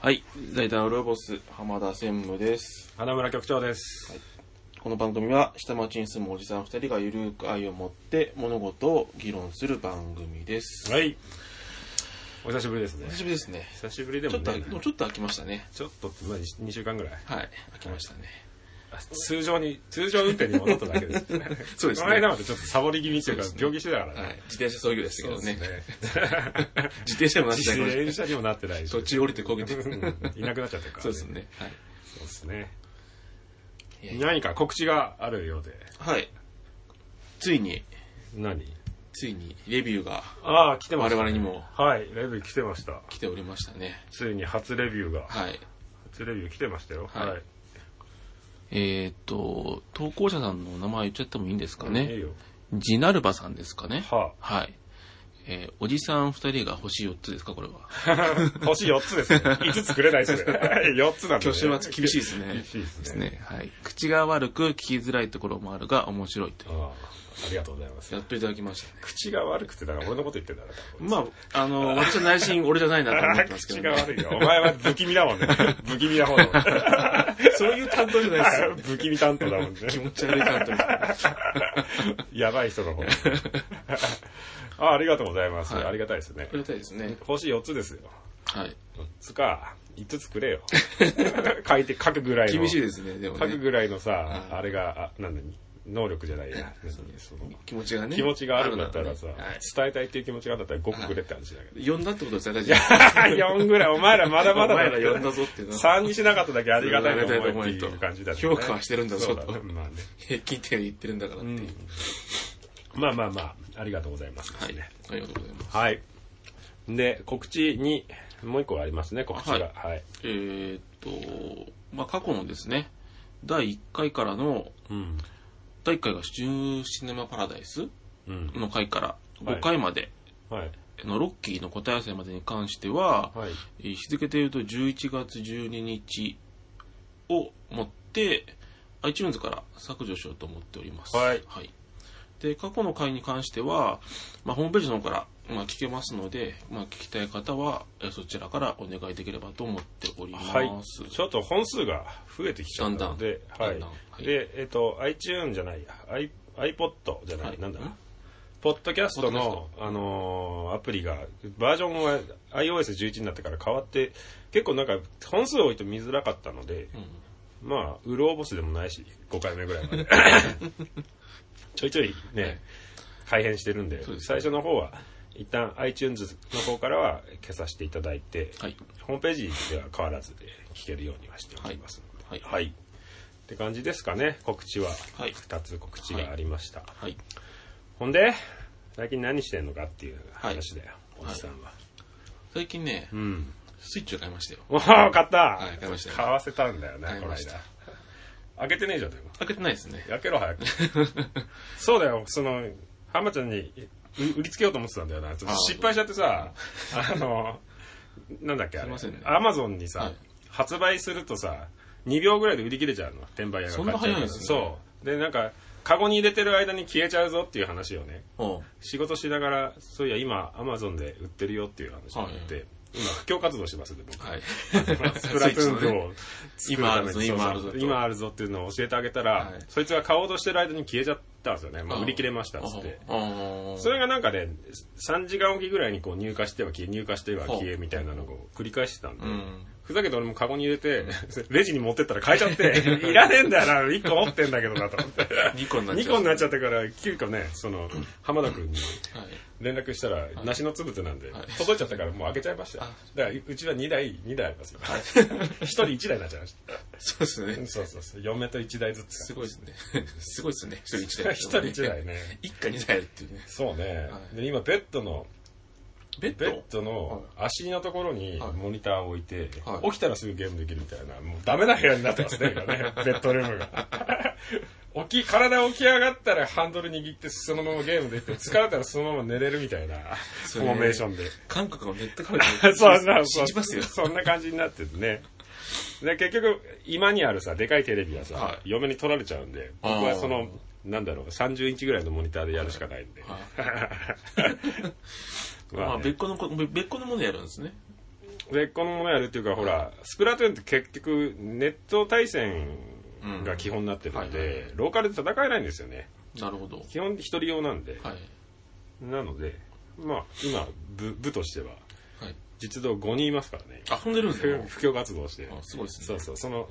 はい。財団ウロボス、浜田専務です。花村局長です、この番組は、下町に住むおじさん二人がゆるく愛を持って物事を議論する番組です。はい、お久しぶりですね久しぶりですね。久しぶりでちょもっと、ねでもちょっと飽きましたね。ちょっとまあ2週間ぐらいはい。飽きましたね。あ通常に通常運転に戻っただけです そうですねこの間までちょっとサボり気味というかそうですね病気してたからね、はい。自転車操業でしたけそうどですねね。自転車でもなっ自て ない転車にもなってないし途中降りてこけて。 うんいなくなっちゃったから、そうですね。はい。そうですねいやいや何か告知があるようではい。ついに、何ついに、レビューがああ来てま我した、々にもはいレビュー来てました来ておりましたね。ついに初レビューが、はい。初レビュー来てましたよはいえーっと、投稿者さんのお名前言っちゃってもいいんですかね。いいよジナルバさんですかね。はあはい。えーおじさん二人が星4つですか、これは。 星4つですね。5つくれないで すね。4つなんで、ね。挙手は厳しいですね。厳しいですねねはい。口が悪く聞きづらいところもあるが、面白いとあ。あありがとうございますや。っといただきましたね。口が悪くて、だから俺のこと言ってんだな。まあ、あの、私は内心俺じゃないなと思ってますけ口ど、がね、悪いよ。お前は不気味だ もんね。不気味な方だもんそういう担当じゃないですよね。。不気味担当だもんね。気持ち悪い担当 です。やばい人 の方。ああ、ありがとうございます。はいありがたいですねあ。りがたいですね。星4つですよ。はい。 4つか。5つ くれよ。書いて、書くぐらいの。厳しいですね、でも書くね。ぐらいのさ、あれが、あなんだ、能力じゃないや。その気持ちがね。気持ちがあるんだったらさ、あるんだねはい伝えたいっていう気持ちがあるんだったら5個くれって話だけど。呼んだってことですね、大丈 4ぐらい、お前らまだ夫。おまだだ前っら呼んだぞっていうのは。 3にしなかっただけありがたいと思えっていう感じだね。評価はしてるんだぞそうとねまあね。 平均点言ってるんだからっていう。まあまあまあ、ありがとうございます。はい。ありがとうございます。はい。で、告知に、もう一個ありますね、告知が。はい。えーっと、まあ、過去のですね、第1回からの、うん。第1回がシチューシネマパラダイスうん。の回からはい5回まではい。のロッキーの答え合わせまでに関しては、はい。えー日付で言うと11月12日をもって、iTunes から削除しようと思っております。はいで、過去の回に関しては、まあ、ホームページの方から、まあ、聞けますので、まあ、聞きたい方は、えーそちらからお願いできればと思っております。はい。ちょっと本数が増えてきちゃったので、だんだんはだんいだんは。いで、えっと、iTune じゃないや、i- iPod じゃなはいい、なんだんポッドキャストポッドの、あのーアプリが、バージョンは iOS11 になってから変わって、結構なんか本数多いと見づらかったので、まあ、うろボスでもないし、5回目ぐらい まで。ちょいちょいね、改変してるんで、そうですね最初の方は、一旦 iTunes の方からは消させていただいて、はい。ホームページでは変わらずで聞けるようにはしておりますので。はい。はい。って感じですかね、告知は。はい2つ告知がありました。はい。ほんで、最近何してんのかっていう話だよ、いおじさんは。最近ね、うん。スイッチを買いましたよ。おー、買った、い買いましたよ買わせたんだよね、買いこのました間。開けてねえじゃん、でも。開けてないですね。開けろ、早く。 そうだよ、その、浜ちゃんにう売りつけようと思ってたんだよな。ちょっとあ失敗しちゃってさ、あの、なんだっけ、あれすいませんね。アマゾンにさ、はい発売するとさ、2秒ぐらいで売り切れちゃうの、転売屋が買っちゃうからそんな早いんですねそう。で、なんか、カゴに入れてる間に消えちゃうぞっていう話をね、おう仕事しながら、そういや、今、アマゾンで売ってるよっていう話になって、今、布教活動してますんで、僕。はい。スプラトゥーねンを作るためにそうそう今あるぞ今あるぞと今あるぞっていうのを教えてあげたら、はいそいつが買おうとしてる間に消えちゃったんですよね、まあ、売り切れましたっつって。それがなんかね3時間おきぐらいにこう入荷しては消え入荷しては消えみたいなのを繰り返してたんで、うん。ふざけて俺もカゴに入れて レジに持ってったら買えちゃって いらねえんだよな1個持ってんだけどなと 思って2個になっちゃう。 2個になっちゃったから急遽ねその浜田君にはい。連絡したら梨のつぶつなんで、はい届いちゃったからもう開けちゃいましたよあだからうちは2台2台ありますよ 1人1台になっちゃいましたそうですね。そうそうそう。嫁と1台ずつ。すごいですね。 すごいですね。一人一台。 1人1台ね。一家二台っていうね。そうね。はいで、今、ベッドの、ベッベドッドの足のところにはいモニターを置いて、はい起きたらすぐゲームできるみたいな、もうダメな部屋になってま すね、今ね。ベッドルームが。 起き、体起き上がったらハンドル握ってそのままゲームできて、疲れたらそのまま寝れるみたいな、フそうねォーメーションで。韓国のネットカフェ そうそうそう信じますよ。そんな感じになってるね。で結局、今にあるさ、でかいテレビはさ、はい嫁に取られちゃうんで、あー僕はその、なんだろう、30インチぐらいのモニターでやるしかないんで。は ままあ、あね別個のこ、別個のものやるんですね。で、このものやるっていうか、ほら、スプラトゥーンって結局、ネット対戦が基本になってるのうんはいはいで、ローカルで戦えないんですよね。なるほど。基本一人用なんで。はい。なので、まあ、今、部、部としては、はい。実動5人いますからね。あ、飛んでるんです 不ね。不況活動をして。あすごいですねそうそう、その、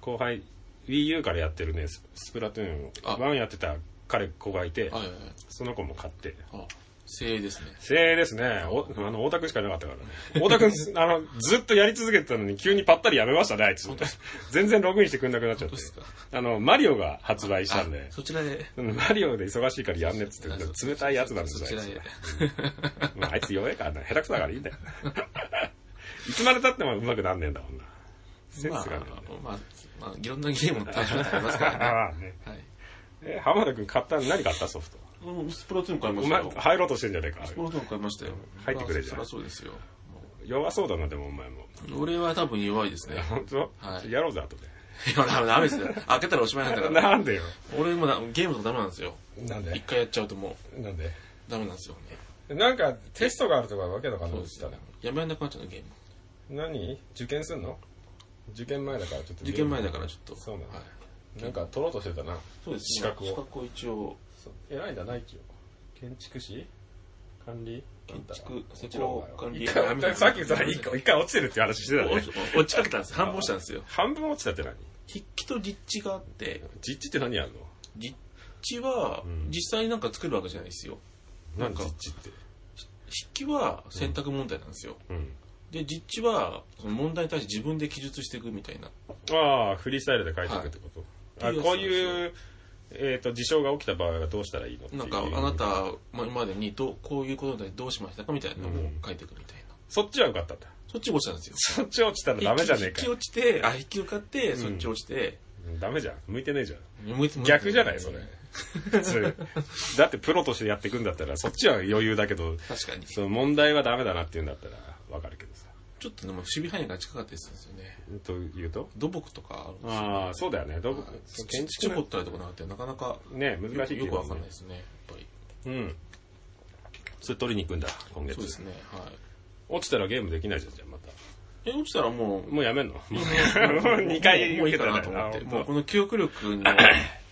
後輩、Wii U からやってるね、ススプラトゥーンを、あ1やってた彼、子がいて、はいはいはい。その子も買って。あ、精鋭ですね。精鋭ですね。お、あの、大田くんしかいなかったから。 大田くん、あの、ずっとやり続けてたのに急にパッタリやめましたね、あいつ。全然ログインしてくんなくなっちゃって本当で。あの、マリオが発売したんであ、そちらで。うんマリオで忙しいからやんねっつって、冷たいやつなんですそよ、ちらあいで。つまああいつ弱いからな、下手くそだからいいんだよ。 いつまで経っても上手くなんねえんだもんな。センまあスがね。、まあ、まあ、いろんなゲームの対象になりますからね。ああね。はい。え、浜田くん買った、何買ったソフト。うん、スプラトゥーン買いまおした前、よ。入ろうとしてんじゃねえかス。プラトゥーン買いましたよ。入ってくれじゃんまあそりゃそうですよ。弱そうだな、でもお前も。俺は多分弱いですね。本当はいやろうぜ、後で。いや、ダメですよ。開けたらおしまいなんだから。なんでよ。俺もなゲームとかダメなんですよ。なん一で回やっちゃうともなんでうダメなんですよね。なんかテストがあるとかわけのかなってたらやめられなくなっちゃうの、ゲーム。何受験すんの受験前だからちょっと受験前だからちょっと。そうなのはい。なんか取ろうとしてたなそうです資格を資格を一応、そう偉いんだな一応建築士管理建なん築だ、そちらを管理一回落ちさっきさ一回一回落ちてるって話してたね落ち落ちかけたんです。反抗したんですよ。半分落ちたって何筆記と実地があって、実地って何やるの実地はうん実際になんか作るわけじゃないですよ。なんかか実地って。筆記は選択問題なんですよ。うん。で、実地はその問題に対して自分で記述していくみたいな。ああ、フリースタイルで書いていくってこと。はいあこういう、えっ、と、事象が起きた場合はどうしたらいいのっていうなんか、あなた、ま今までにどう、こういうことに対してどうしましたかみたいなのを書いていくみたいな。そっちは受かったんだ。そっち落ちたんですよ。そっち落ちたらダメじゃねえ引きか。落ちて、あ、引き受かって、そっち落ちて、うんダメじゃん。向いてねえじゃん。向いて向いて逆じゃないそれ。普通。だってプロとしてやっていくんだったら、そっちは余裕だけど、確かに。その問題はダメだなって言うんだったら、わかるけどさ。ちょっとね、もう守備範囲が近かったりするんですよね。というと土木とかあるんですよ。ああ、そうだよね。どうそう建土築掘のったりとかなって、なかなか、ね、難しいよくわかんないですね、やっぱり。うん。それ取りに行くんだ、今月。そうですね、はい。落ちたらゲームできないじゃん、じゃあまた。え、落ちたらもう、もうやめんのもう2回もう受いいけかたならと思って。もうもこの記憶力の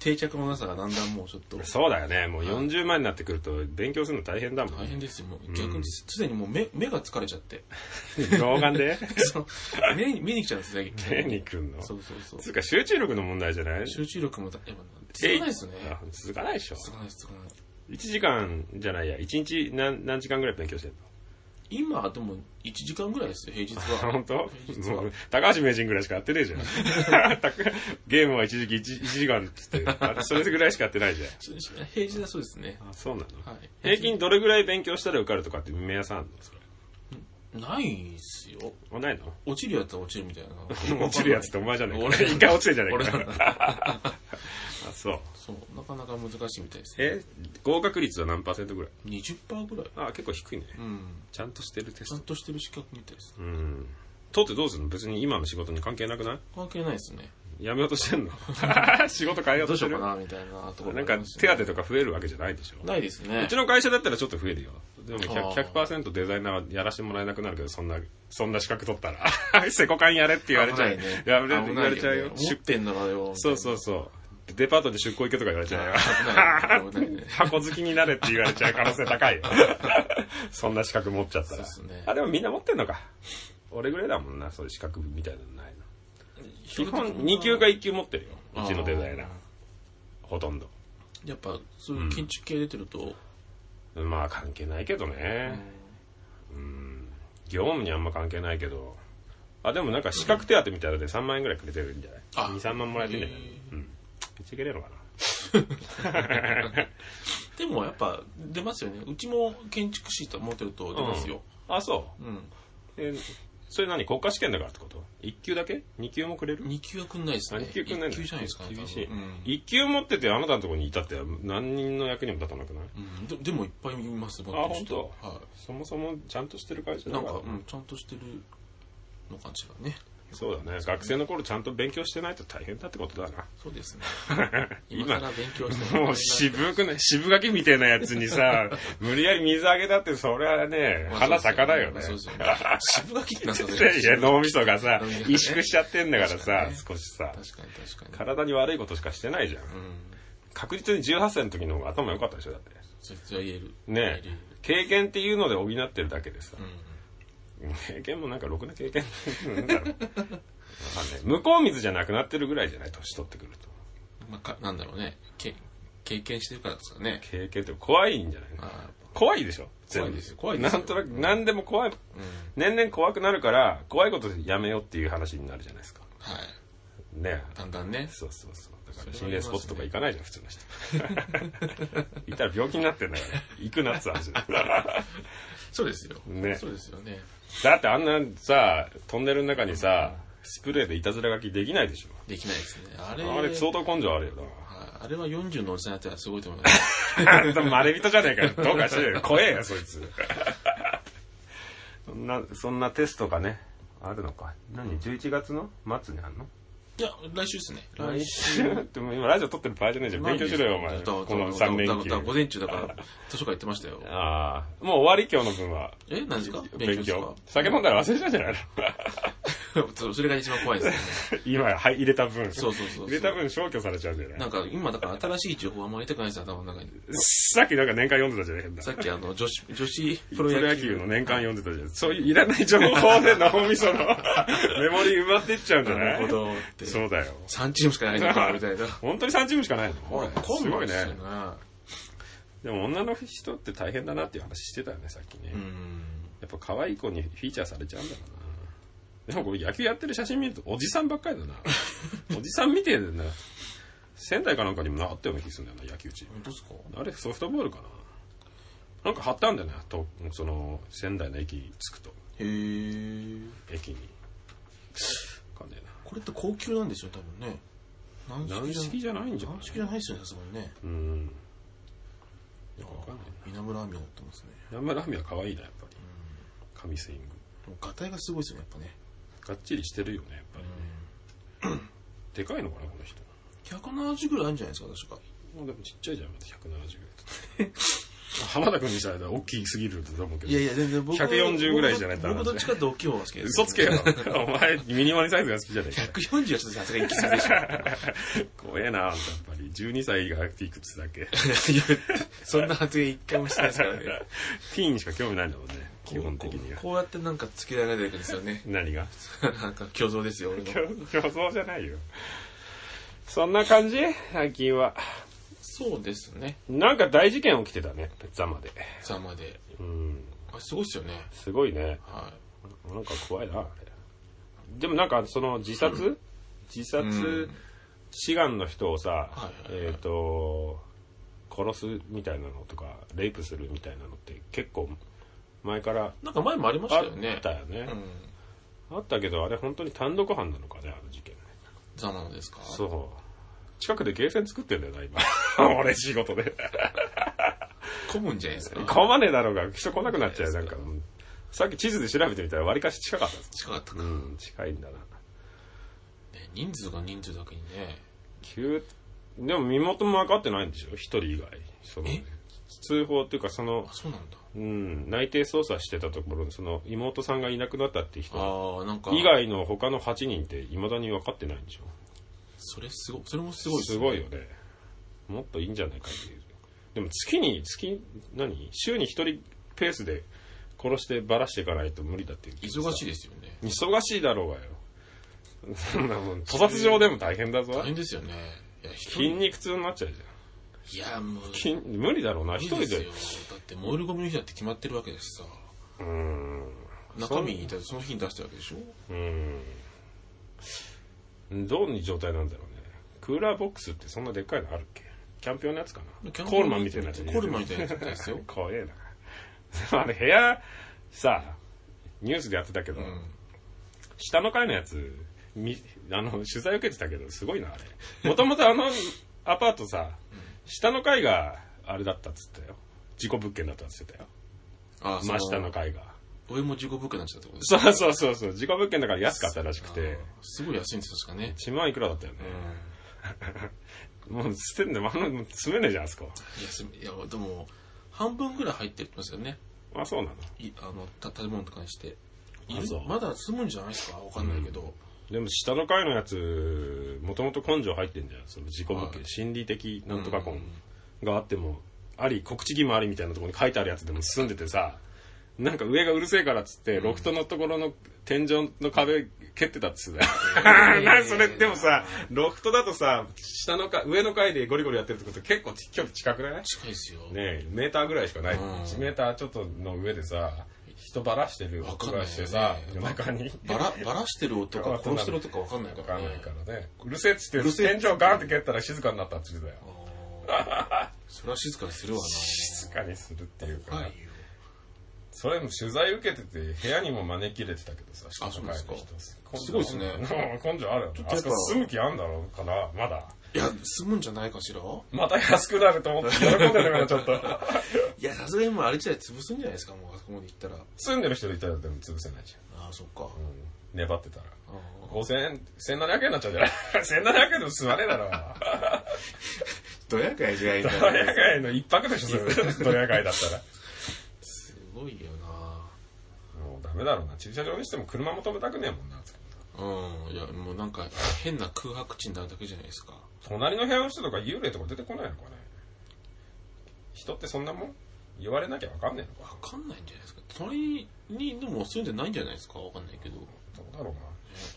定着のなさがだんだんもうちょっとう。そうだよね。もう40万になってくると勉強するの大変だも大ん。変ですよ。もう逆にすでにもう目目が疲れちゃって。老 眼でその目に、目に来ちゃうんですね。手に来るの。そうそうそうつ。うか集中力の問題じゃない集中力もだ、やっぱ、続かないですね。あ続かないでしょ。続かないです、続かない。 1時間じゃないや。1日何何時間ぐらい勉強してんの今、でも1時間ぐらいですよ、平日あは。本当実はもう、高橋名人ぐらいしかやってねえじゃん。 ゲームは一時期 1, 時間っつって、あそれぐらいしかやってないじゃん。そうですね平日はそうですね。あそうなの、はい平均どれぐらい勉強したら受かるとかって目安あるのそれないですよ。あないの落ちるやつは落ちるみたいな。 落ちるやつってお前じゃねえか。俺一回落ちてんじゃねえ俺なんか。あ、そう。そう、なかなか難しいみたいですね。え、合格率は何パーセントぐらい20%ぐらい。あ、結構低いね。うん。ちゃんとしてるテちゃスんト。としてる資格みたいです。うん。取ってどうするの別に今の仕事に関係なくない関係ないですね。やめようとしてんの仕事変えようどとうししてようるかな、みたいなところなんか手当てとか増えるわけじゃないでしょないですねうち。の会社だったらちょっと増えるよ。でもあ 100%, ーデザイナーはやらせてもらえなくなるけど、そんな、そんな資格取ったら。 セコカンやれって言われちゃう。危ないね。やれ危ないね言われちゃうよ。持っ出てんだからよ。そうそうそう。デパートで出向行けとか言われちゃうよ。危ないね危ない ね箱好きになれって言われちゃう可能性高 いよ。そんな資格持っちゃったら。そうっすねあ、でもみんな持ってんのか。俺ぐらいだもんな、そういう資格みたいなのないの。基本2級か1級持ってるよ。うちのデザイナーあ。ほとんど。やっぱ、そういう建築系出てると、まあ関係ないけどね。うん。業務にあんま関係ないけど。あ、でもなんか資格手当みたいなので3万円ぐらいくれてるんじゃないあ ?2、3万もらえてんじゃないへうん。めっちゃいけねえのかな。でもやっぱ出ますよね。うちも建築士と持ってると出ますよ。あ、そう。うん。えーそれ何国家試験だからってこと1級だけ ?2 級もくれる二級はくんないですあね。二級くんない一級じゃないですかね。厳しい多分うん。 1級持っててあなたのとこにいたって何人の役にも立たなくないうんででもいっぱいいます、持あってる人本当はそもそもちゃんとしてる会社い。だなんか、からうんちゃんとしてるのかしらね。そうだね。学生の頃ちゃんと勉強してないと大変だってことだな。そうです ね。今今から勉強してもう渋くね、渋垣みたいなやつに さ、無理やり水あげたって、それはね、まあ花咲かないよまねあ。そうです よね渋垣ってなんだそれいや、脳みそがさ脳みそが、ね萎縮しちゃってんだからさ、確少しさ、確かに確かに。体に悪いことしかしてないじゃん。うん。確実に18歳の時の方が頭良かったでしょ、だって。それは言える。ね言える経験っていうので補ってるだけでさう、ん。 経験もなんかろくな経験なんだろうわかんない向こう水じゃなくなってるぐらいじゃない、年取ってくると。まあ、かなんだろうねけ経験してるからですかね経験って怖いんじゃないのあ怖いでしょ全部怖いですよ怖いですよなんとなく、何でも怖い。ーうん年々怖くなるから、怖いことやめようっていう話になるじゃないですか。はいねえだんだんねそうそうそう。だかそれはら心霊スポットとか行かないじゃん、普通の人。 行ったら病気になってんだから、行くなって話だ そうですよ、ねそうですよねだってあんなさ、トンネルの中にさ、スプレーでいたずら書きできないでしょ。できないですねあれあれ相当根性あるよはいあれは40のおじさんやったらすごいと思い ますな。あんたまれびとじゃねえかよ。どうかしてるよ。怖えよ、そい つ。そんな、そんなテストがね、あるのか。何 ?11 月の末にあるのいや来週ですね来週 でも今ラジオ撮ってる場合じゃないじゃん。勉強しろよ、お前。だからこの3だ連か休ら。午前中だから図書館行ってましたよああ。もう終わり、今日の分は。え何時か勉勉強強。酒飲んだら忘れちゃうんじゃないの ですか そうそれが一番怖いです今、はい、入れた分。そうそうそうそう入れた分消去されちゃうんじゃないねなんか今だから新しい情報あんまり入れたくないですよ頭の中にさっきなんか年間読んでたじゃない変なさっきあの女子 女子ププロロ野野球球の年間読んでたじゃん。そういういらない情報で脳みそ のメモリー埋まってっちゃうんじゃななるいほどってそうだよ。 3チームしかないのかみたいな本当に3チームしかないのわかすんないごいですよね。でも女の人って大変だなっていう話してたよね、さっきね。うんやっぱ可愛い子にフィーチャーされちゃうんだろうな。でもこれ野球やってる写真見るとおじさんばっかりだ な。おじさんみてえだな。仙台かなんかにもなあったような気がするんだよな、野球チーム。本当ですかあれソフトボールかななんか貼ったんだよな、と、その、仙台の駅着くと。へえ駅に。わかんねこれって高級なんですよ多分ね軟えな。軟式じじゃないんじゃゃない軟式じゃないですよねさすがにねうん。よくわかんないな。稲村亜美が乗ってますねヤンマラミは可愛いな、やっぱり。神スイング。でもガタイがすごいですよねやっぱねがっちりしてるよね、やっぱりね。でかいのかな、この人。 170ぐらいあるんじゃないですか確かまあでもちっちゃいじゃん、また170ぐらいと。浜田君にしたら大きすぎると思うけど。いや全然僕140ぐらいじゃないと僕どっちかって大きい方が好きです嘘つけよ。お前、ミニマリサイズが好きじゃねえか。 140はちょっとさすがに行き過ぎでしょ怖えな、あんたやっぱり。12歳がいくつだっけ。いや そんな発言一回もしてないですからねティーンにしか興味ないんだもんね、 基本的にはこ。うこうやってなんかつけられてるんですよね 何がなんか虚像ですよ俺の虚像じゃないよ。そんな感じ最近は。そうですねなんか大事件起きてたね、ザマで。さまでうん。あすごいっすよねすごいね。はいなんか怖いな、あれ。でもなんかその自殺、自殺、うん志願の人をさ、はいはいはいえっ、と、殺すみたいなのとか、レイプするみたいなのって結構前からなんか前もありましあたっよね。たよねう。ん。あったけど、あれ本当に単独犯なのかね、あの事件ね。ザマのですかそう。近くでゲーセン作ってんだよな、今。 俺仕事で。混むんじゃないですか。構わねえだろうが、人来なくなっちゃうよ、なんか。うんさっき地図で調べてみたら割かし近かったです近かったか、うね。ん、近いんだな。人数が人数だけにね。急でも身元も分かってないんでしょ一人以外そのえ通報っていうかそのあ、、そうなんだ。うん、内偵捜査してたところその妹さんがいなくなったって人ああ、なんか。以外の他の8人っていまだに分かってないんでしょそれすごい。それもすごいですごいよねもっといいんじゃないかっていうでも月に月何週に1人ペースで殺してばらしていかないと無理だっていう忙しいですよね。忙しいだろうがよそんなもん屠殺場でも大変だぞ大変ですよね。いや、一筋人。肉痛になっちゃうじゃんいや、もう。筋無理だろうな一無人理ですよ。だって、モールゴミの日だって決まってるわけですしさ。うーん中身にいたらその日に出したわけでしょうーんどういう状態なんだろうねクーラーボックスってそんなでっかいのあるっけキャンピオンのやつかなキャンプコールマンみたいなやつ。コールマンみたいなやつですよ怖えなあれ部屋さニュースでやってたけど、うん。下の階のやつみあの取材受けてたけどすごいなあれもとも とあのアパートさ下の階があれだったっつったよ事故物件だったっつってたよあー真下の。階がそお芋事故物件になっちゃったってことそうそうそうそう、自己物件だから安かったらしくて、あーすごい安いんですよ、確かね。 1万いくらだったよねう。ん。もう捨てんで、あんな住めねえじゃん、あそこ。安い。いや、でも、半分ぐらい入ってますよね。あ、そうなの。いあの、た建物とかにして。いあるそうまだ住むんじゃないですかわかんないけど。でも下の階のやつ、もともと根性入ってんじゃん。その自己物は件、い心理的なんとかう根んがあっても、あり、告知義務ありみたいなところに書いてあるやつでも住んでてさ、なんか上がうるせえからっつって、ロフトのところの天井の壁蹴ってたっつうなん それでもさ、ロフトだとさ、下の階、上の階でゴリゴリやってるってこと結構距離近くない近いですよ。ねえ、メーターぐらいしかない。うん1メーターちょっとの上でさ、人ばらしてるわかんない音がよしてさ、ね。夜中に。ばら、ばらしてる音か殺してる音かわかんないわからかんね。ないからね。うるせえっつっるて、せえ天井ガーンって蹴ったら静かになったって言ってたよ。あーそれは静かにするわ静かにするっていうな。かはい、よ。それも取材受けてて、部屋にも招き入れてたけどさ、あそうですか根性すごいですねうん根性あるよね。っとあやっそぱこ住む気あんだろうから、まだ。いや、住むんじゃないかしらまた安くなると思って喜んでるから、ちょっと。 いや、さすがにもうあれ自体潰すんじゃないですか、もうあそこまで行ったら。住んでる人いたらでも潰せないじああ、そっか。ゃん。うん粘ってたら。あー5000円、1700円になっちゃうんじゃない ?1700 円でも住まねえだろ。ドヤかいじゃないん ドだヤ街の一泊でしょ、そ れ。ドヤ街だったら。すごいよもうダメだろうな。駐車場にしても車も止めたくねえもんな。なうん。いや、もうなんか変な空白地になるだけじゃないですか。隣の部屋の人とか幽霊とか出てこないのかね。人ってそんなもん言われなきゃわかんねえのわか。かんないんじゃないですか。隣にでも住んでないんじゃないですかわかんないけど。どうだろうな。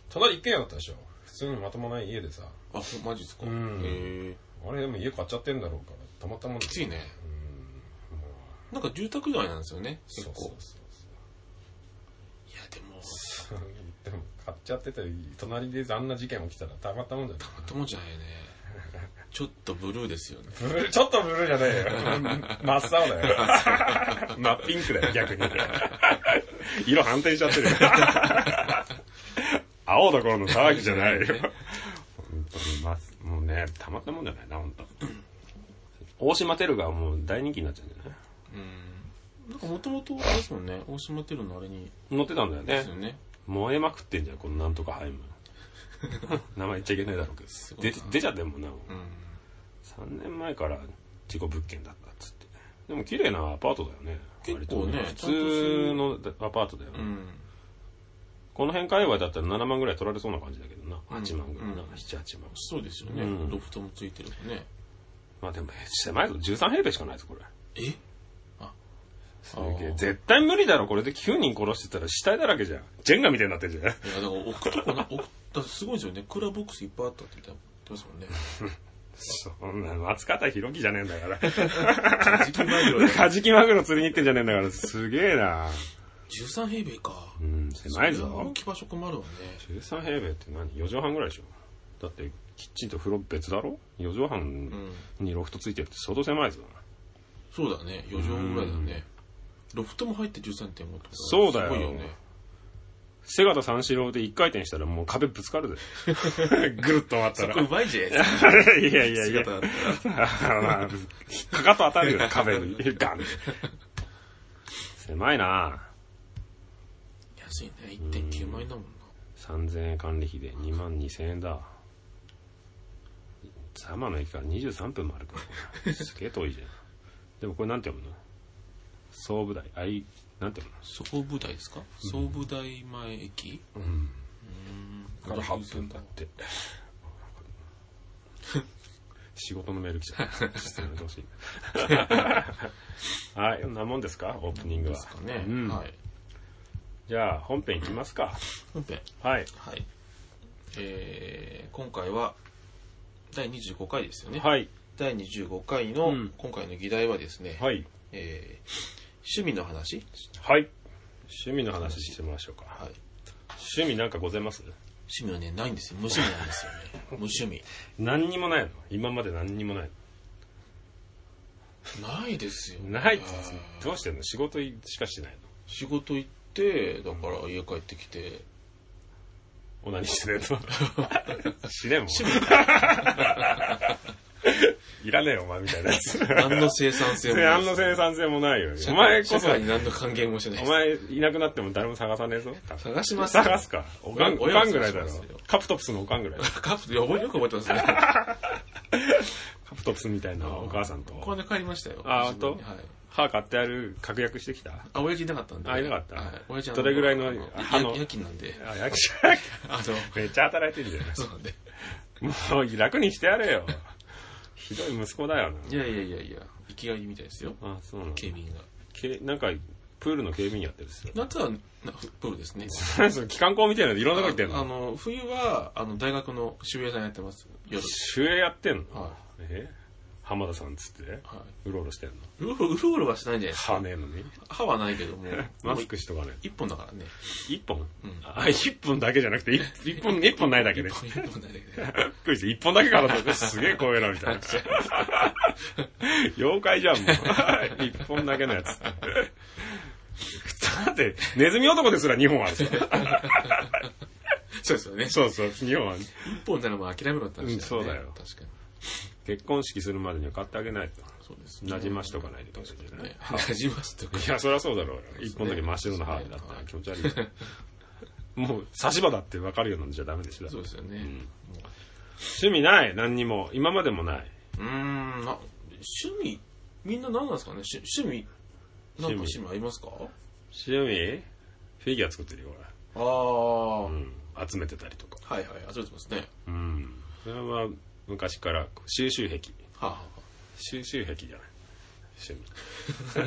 隣一軒家だったでしょ。普通にまともない家でさ。あ、ほんマジですかうんへえ。あれでも家買っちゃってんだろうから、たまったもんだきついね。うん。もう、なんか住宅街なんですよね、結そうそう構。そうそう。いや、でも、 でも買っちゃってて隣であんな事件起きたらたまったもんじゃないたまったもんじゃないよね。ちょっとブルーですよね。ブルーちょっとブルーじゃね えよ真っ青だよ真っピンクだよ逆に色反転しちゃって るよ青どころの騒ぎじゃないよ本当にまもうねたまったもんじゃないな本当大島テルがもう大人気になっちゃうんじゃないうん。なんかもともとあれですもんね、大島テルのあれに、乗ってたんだよでねすよね。燃えまくってんじゃんこのなんとかハイム名前言っちゃいけないだろうけすどごいでな出ちゃってんもんなもううん。 3年前から事故物件だったっつってでも綺麗なアパートだよね結構ね割と普通のアパートだよね、うん。この辺界隈だったら7万ぐらい取られそうな感じだけどなうん8万ぐらいな、うん78万そうですよね。うんロフトもついてるもんね。まあでも狭いぞ13平米しかないぞこれえすげあえー絶対無理だろこれで9人殺してたら死体だらけじゃんジェンガみたいになって んじゃんいや、だから置くとこな、置く、だってすごいですよね。クーラーボックスいっぱいあったって言ってますもんね。そんな松方弘樹じゃねえんだ から時期前よりカジキマグロ釣りに行ってんじゃねえんだから、すげえな。 13平米か。うん、狭いそれはぞ置。き場所困るわね。 13平米って何 ?4 畳半ぐらいでしょだって、キッチンと風呂別だろ ?4 畳う半ん。にロフトついてるって相当狭いぞ。そうだね。4畳ぐらいだね。ロフトも入って13.5ってことそうだよすごいよね。セガタ三四郎で1回転したらもう壁ぶつかるで。 ぐるっと回ったら。うまいじゃないですか。いやいやいや 姿。だったらまあかかと当たるよ、壁に。ガンって狭いな。安いね。1.9万円だもんな。 3000円管理費で2万2000円だ。様の駅から23分も歩くのこれすげえ遠いじゃん。でもこれなんて読むの総武台。あい、なんて読む総武台ですか総武台前駅のうん。うから8分だって。 仕事のメール来ちゃった。ちょっとやめてほし い。はい、こんなもんですかオープニングではす。かね。うんはい。じゃあ本編いきますか。本編。はい。はい。えー、今回は、第25回ですよね。はい。第25回の、うん今回の議題はですね、はい。えー、趣味の話。はい。趣味の話してみましょうか。はい。趣味なんかございます趣味はね、ないんですよ。無趣味なん ですよね。無趣味。何にもないの今まで何にもないないですよ。のないっあてーどうしてんの仕事しかしてない仕事行って、だから家帰ってきて、 のオナニーしてねえと死ねもん趣味 いらねえよ、お前みたいなや つ。何の生産性もない。 何の生産性もないよ。社お会前こそ社、会に何の還元もしないおです。前いなくなっても誰も探さねえぞ。探しますよ探すか。おかん、お親はかんぐらいだろ探しますよ。カプトプスのおか んぐらいだろ。カップ、いや覚えよく覚えてますね。 カプトプスみたいなお母さんと。これで帰りましたよ。あ本当はい。歯買ってある、確約してきた。あ、親父いなかったんで。あいなかったはい。親父どれぐらいのああの夜夜勤なん で。あ、役者、あの、めっちゃ働いてるじゃそうなんで。ん。もう楽にしてやれよ。ひどい息子だよいやいやいやいや、生きがいみたいですよ。な。あ、そうなの。警備員が。けなんか、プールの警備員やってるっすよ。夏は、なプールですね。何その機関校みたいなのいろんなとこ行ってんあのの、冬は、あの、大学の守衛さんやってます。夜。主演やってんのはえ浜田さんっつっい。てはうろうろしてんのい。うろうろうろうろはしないんじゃないですか。歯ねえのに歯はないけども。マスクしとかね一本だからね。一本うんあ一本だけじゃなくて一一本一本ないだけ一で本一本だけで。びっくりして一本だけかなと思ってすげえ怖えな みたいな妖怪じゃんもう一本だけのやつだってネズミ男ですら二本あるじゃんそうですよね。そうそう二本ある一本ならもう諦めろって話だようんね。そうだよ確かに。結婚式するまでには買ってあげないとそうですね。馴染ましとかないといけないね。馴染ますとか。いや、そりゃそうだろうよ。一本だけ真っ白な歯だったら気持ち悪いよ。 もう、差し歯だって分かるようなんじゃダメでしょ。そうですよね。ん趣味ない、何にも。今までもない。うーん、な趣味、みんな何なんですかね趣趣味、なんか趣味ありますか趣味フィギュア作ってるよ、ああ、俺。はうん。集めてたりとか。いはい、集めてますね。うん。それは、昔から、収集癖。はあは収集癖じゃない。趣味。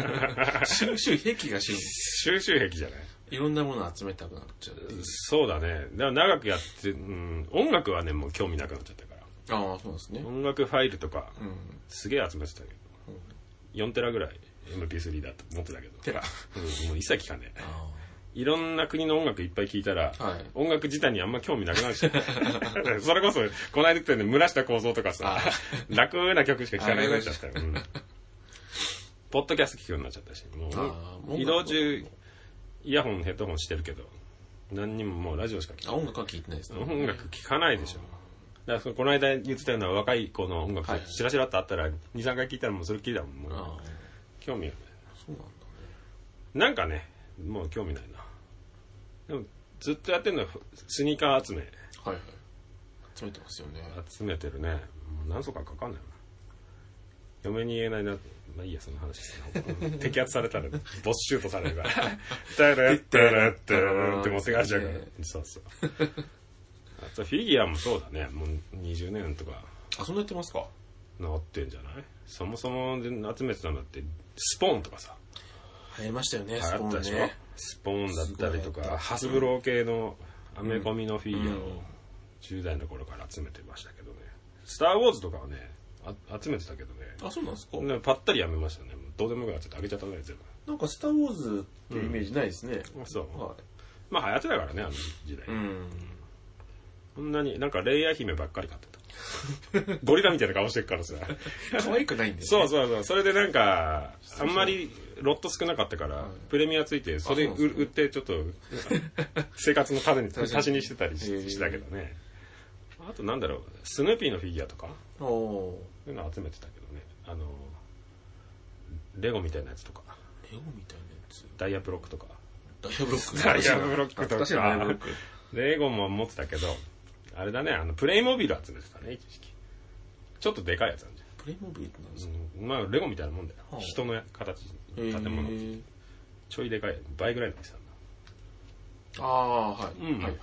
あ、収集癖が趣味。収集癖じゃない。いろんなものを集めたくなっちゃうっていう。そうだね。だから長くやって、うん。音楽はね、もう興味なくなっちゃったから。ああ、そうですね。音楽ファイルとか、うん。すげえ集めてたけど、4テラぐらい MP3 だと思ってたけど、テラ。うん、もう一切聞かねえ。あいろんな国の音楽いっぱい聞いたら、はい音楽自体にあんま興味なくなるし、 それこそ、この間言ったよね、村下構造とかさあ、楽な曲しか聞かなくなっちゃったよ。うんポッドキャスト聞くようになっちゃったし、もあーう、移動中、イヤホン、ヘッドホンしてるけど、何にももうラジオしか聞かあ、音楽は聞いてないですね。ない。音楽聞かないでしょ。だからそのこの間言ってたような若い子の音楽はいしらしらっとあったら、2、3回聞いたらもうそれっきりだもん、もうああ、興味がない。そうなんだね。なんかね、もう興味ないな。でも、ずっとやってるのは、スニーカー集め。はいはい。集めてますよね。集めてるね。もう何層かかかんないな。嫁に言えないな。まあいいや、その話ですよ。摘発されたら、ボスシュートされ るから。タラッタラッタラッって持ってかれちゃうからね。そうそう。あと、フィギュアもそうだね。もう20年とか、あ、そんなやってますかなってんじゃないそもそもで集めてたんだって、スポーンとかさ。流行りましたよね、スあポったーでしンょね。スポーンだったりとすごいあかったハスブロー系のアメコミのフィギュアうんを10代の頃から集めてましたけどね「スター・ウォーズ」とかはねあ集めてたけどねあ、そうなんですかねパッタリやめましたねもうどうでもよくなっちゃってあげちゃったね全部なんか、スター・ウォーズっていうイメージないですね。そうはまあ流行ってたからねあの時代い。うん。こんなになんかレイヤー姫ばっかり買ってたゴリラみたいな顔してるからさ可愛くないんですそうそうそうそれでなんかあんまりロット少なかったからプレミアついてそあれそうなんです売売っ てちょっと生活の種に確かに足しにしてたりしへーしたけどねあとなんだろうスヌーピーのフィギュアとかう。おー。そういうの集めてたけどねあのレゴみたいなやつとかレオみたいなやつ。ダイヤブロックとか ダイヤブロック。ダイヤブロックとか懐しいなダイヤブロック。レゴも持ってたけどあれだねあのプレイモビル集めてたね一時期ちょっとでかいやつなんじゃんプレイモビルってなんですかうんまあレゴみたいなもんだよはあ人の形へ建ー物ちょいでかい倍ぐらいの大きさなんだああ、はい。はうんいはいはい。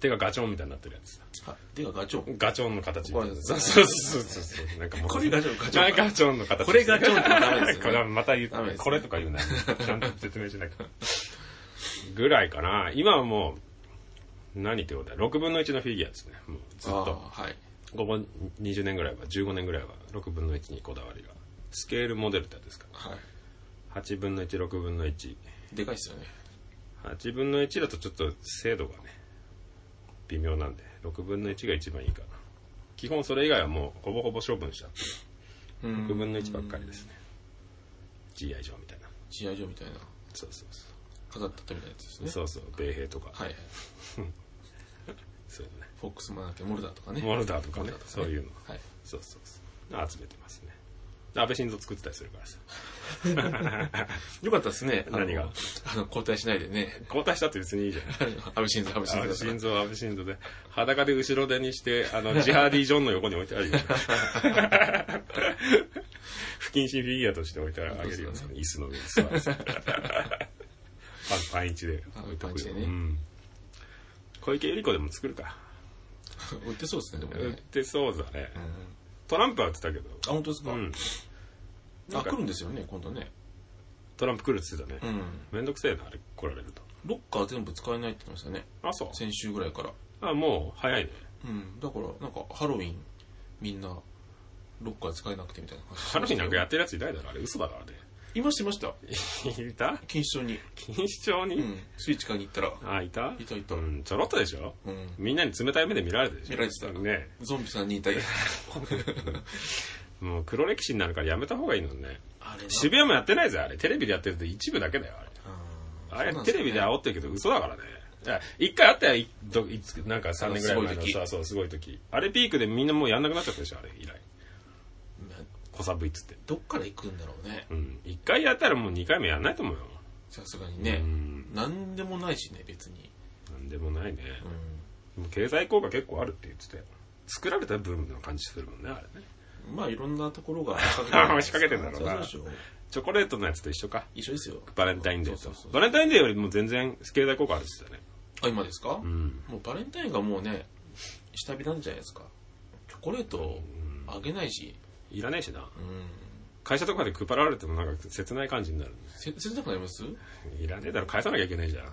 手がガチョンみたいになってるやつはではガチョン。ガチョンの形みたいなこれそうそうそうそうなんかもうこれガチョンガチョンはいガチョンの形これガチョンってダメですよねこれはまた言うダメですねこれとか言うなちゃんと説明しなきゃぐらいかな今はもう何ってことだ6分の1のフィギュアですねもうずあっとあ、はい。ここ20年ぐらいは15年ぐらいは6分の1にこだわりがスケールモデルってやつですかは8分の16分の1い。でかいっすよね。 8分の1だとちょっと精度がね微妙なんで6分の1が一番いいかな基本それ以外はもうほぼほぼ処分しちゃってう6分ん。の1ばっかりですね GI 上みたいな試合場みたいな。そうそうそ飾ってあったみたいなやつですうね。そうそう米兵とか、はいはい。そうね。フォックスマーケモルダーとかね。モルダーとかねモルダそういうのはい。そうそうそう。集めてますね。安倍晋三作ってたりするからさ。よかったですね。あの何があの、交代しないでね。交代したって別にいいじゃん。 安倍晋三、安倍安倍晋三。晋三、安倍晋三で、裸で後ろ手にして、あの、ジハーディ・ジョンの横に置いてあ るよ。不謹慎フィギュアとして置いてあげるよ、ねそうそう、椅子の上に座らせて。パン、パンイチで置いてパおンイくチでよ。ねうん小池百合子でも作るか。売ってそうですね、でも売っね。てそうだねう。んトランプは売ってたけど。あ、本当ですかうん。なあ、んか来るんですよね、今度ね。トランプ来るって言ってたうね。ん。めんどくせえな、あれ来られると。ロッカー全部使えないって言ってましたね。あ、そう。先週ぐらいから。あ、もう、早いね。うん。だから、なんか、ハロウィン、みんな、ロッカー使えなくてみたいな感じ。ハロウィンなんかやってるやついないだろ、あれ嘘だからね。いました、 いました。いた錦糸町に。錦糸町うにん。スイーチ買いに行ったら、あ、いたいたいたうん、ちょろっとでしょうん。みんなに冷たい目で見られてるでしょ見られてたねゾンビ3人いたり。もう黒歴史になるからやめた方がいいのね。 あれ渋谷もやってないぜ、あれ。テレビでやってると一部だけだよ、あれ。あれ、テレビであ煽ってるけど嘘だからね。いや一回あったよ、いどいつなんか3年ぐすらい前のごい時さ、そう、すごい時。あれピークでみんなもうやんなくなっちゃったでしょ、あれ、以来。小サブいっつって。どっから行くんだろうね。うん。一回やったらもう二回目やんないと思うよ。さすがにうね。ん。なんでもないしね、別に。なんでもないね。うでも経済効果結構あるって言ってたよ。作られたブームの感じするもんね、あれね。ん。まあ、いろんなところ が仕掛けてんだろうなそうそうでしょチョコレートのやつと一緒か。一緒ですよ。バレンタインデーそとうそうそう。バレンタインデーよりも全然経済効果あるっすよね。あ、今ですか、うん。もうバレンタインがもうね、下火なんじゃないですか。チョコレートあげないし、いらねえしな。うん。会社とかで配られてもなんか切ない感じになるね。せ切なくなりますうん。いらねえだろ、返さなきゃいけないじゃん。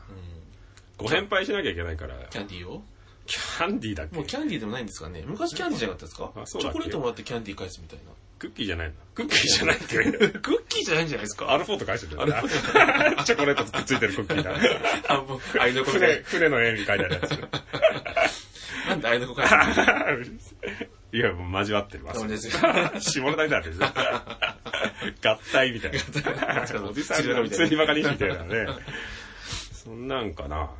ご返杯しなきゃいけないから、キャンディーをキャンディーだっけもうキャンディーでもないんですかね昔キャンディーじゃなかったですかあそうチョだっコけレートもらってキャンディー返すみたいな。クッキーじゃないのクッキーじゃないっ けクッキーじゃないんじゃないですかアルフォート返してるよねアルチョコレートくっついてるクッキーだ。あ、もう、あいの子船、で。船の絵に書いてあるやつ。なんであいの子返すのいや、もう交わってるわ。ダメ ですよ下ネタになってるでしょ合体みたいな。おじさんの釣りバカにしみたいなね。 そんなんかな。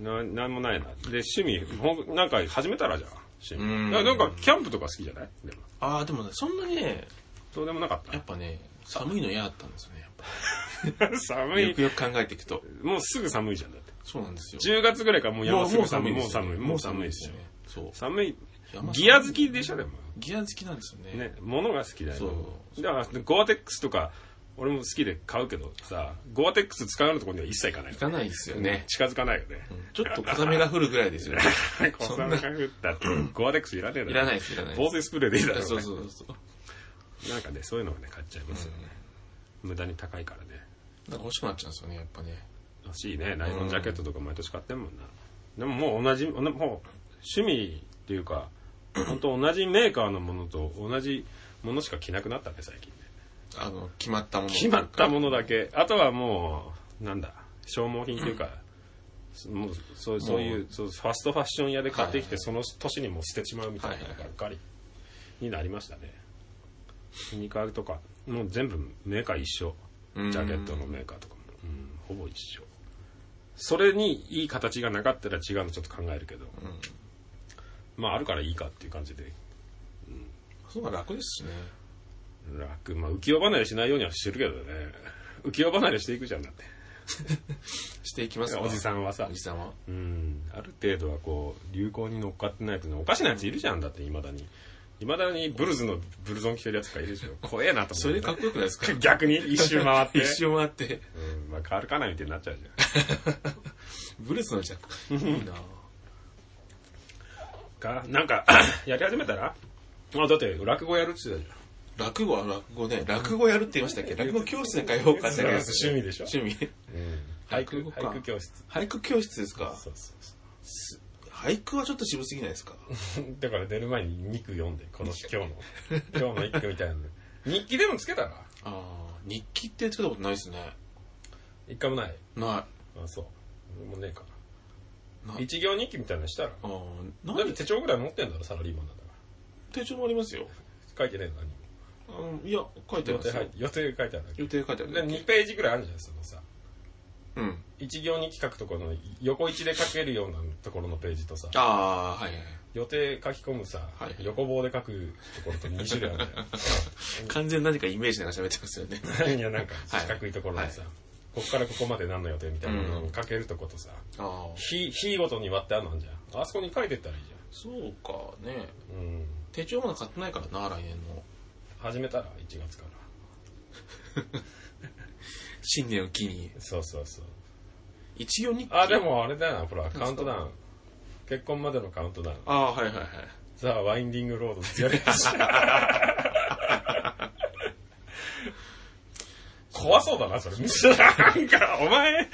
な、なんもないな。で、趣味、ほんなんか始めたらじゃあ、趣うん味。だからなんか、キャンプとか好きじゃないでも。ああ、でもね、そんなにね、そうでもなかやっっぱね、寒いの嫌だったんですよね、やっぱた。寒よいく。よく考えていくと。もうすぐ寒いじゃん、だって。そうなんですよ。 10月ぐらいからもうも山うすもうぐ寒寒い。いでもうすよ寒ねい。もう寒いですよ。そう。寒い。山ギア好きでしょ、でも。ギア好きなんですよね。ね、物が好きだよ。そうだから、ゴアテックスとか、俺も好きで買うけどさ、ゴアテックス使うようなところには一切行かない行。かないですよね。近づかないよね。ちょっと小雨が降るぐらいですよね。小雨が降ったって、ゴアテックスいらねえだろ。いらないです、いらないで防水ス プレーでいいだろ、す。ね。そうそうそう。なんかね、そういうのをね、買っちゃいますよね。無駄に高いからね。なんか欲しくなっちゃうんですよね、やっぱね。欲しいね、ナイロンジャケットとか毎年買ってんもんな。でももう同じ、もう趣味っていうか、本当同じメーカーのものと同じものしか着なくなったね、最近ね。あの、決まったもの。決まったものだけ。あとはもう、なんだ、消耗品というか、もうそうそういうそうファストファッション屋で買ってきて、その年にもう捨てちまうみたいなのばっかりになりましたね。スニーカーとか、もう全部メーカー一緒。うんジャケットのメーカーとかも、うんほぼ一緒。それにいい形がなかったら違うのちょっと考えるけど、まああるからいいかっていう感じで、そうが楽ですしね。楽、まあ浮世離れしないようにはしてるけどね、浮世離れしていくじゃんだって。していきますかおじさんはさおじさんは。うんある程度はこう流行に乗っかってないとねおかしなやついるじゃんだっていまだにいまだにブルズのブルゾン着てるやつがいるでしょ怖えなと思そって、れかっこよくないですか逆に 一周回って一周回って。うんまあ変わるかなみたいになっちゃうじブルースのジャック。いいなぁゃんかなんか やり始めたらあだって落語やるって言ってたじゃん落語は落語ね。落語やるって言いましたっけ落語教室に通おうかってやりますそう趣味でしょ趣味。俳句落語か俳句教室俳句教室ですかそうそう俳句はちょっと渋すぎないですかそう だから寝る前に二句読んでこの 今日の今日の一句みたいなの日記でもつけたらああ日記ってつけたことないですね。一回もないない。あそう俺もねえかなな一行日記みたいなのしたらああ、だなってん手帳ぐらい持ってんだろ、サラリーマンなんだか手帳もありますよ。ら。書いてないの何も。あのいや、書いてあり予ます定よ入っ予定書いてあるだけ。予定書いてあるだでけ。 2ページぐらいあるじゃん、そのさ。うん。一行に企画とかの横一で書けるようなところのページとさ、ああ、はいはい。予定書き込むさ、はい横棒で書くところと2種類ある完全に何かイメージなんか喋ってますよね。じゃん。いや、なんか四角いところでさ、はこっからここまで何の予定みたいなのを書けるとことさ、ああ。日、日ごとに割ってあるのあんじゃん。あそこに書いてったらいいじそうかね。ゃん。うん。手帳まだ買ってないからな、来年の。始めたら1月から。新年を機に。そうそうそう。一応日記。あ、で。もあれだな、ほら、カウントダウン。結婚までのカウントダウン。ああ、はいはいはい。ザ・ワインディング・ロードですよね怖そうだな、それ。なんか、お前、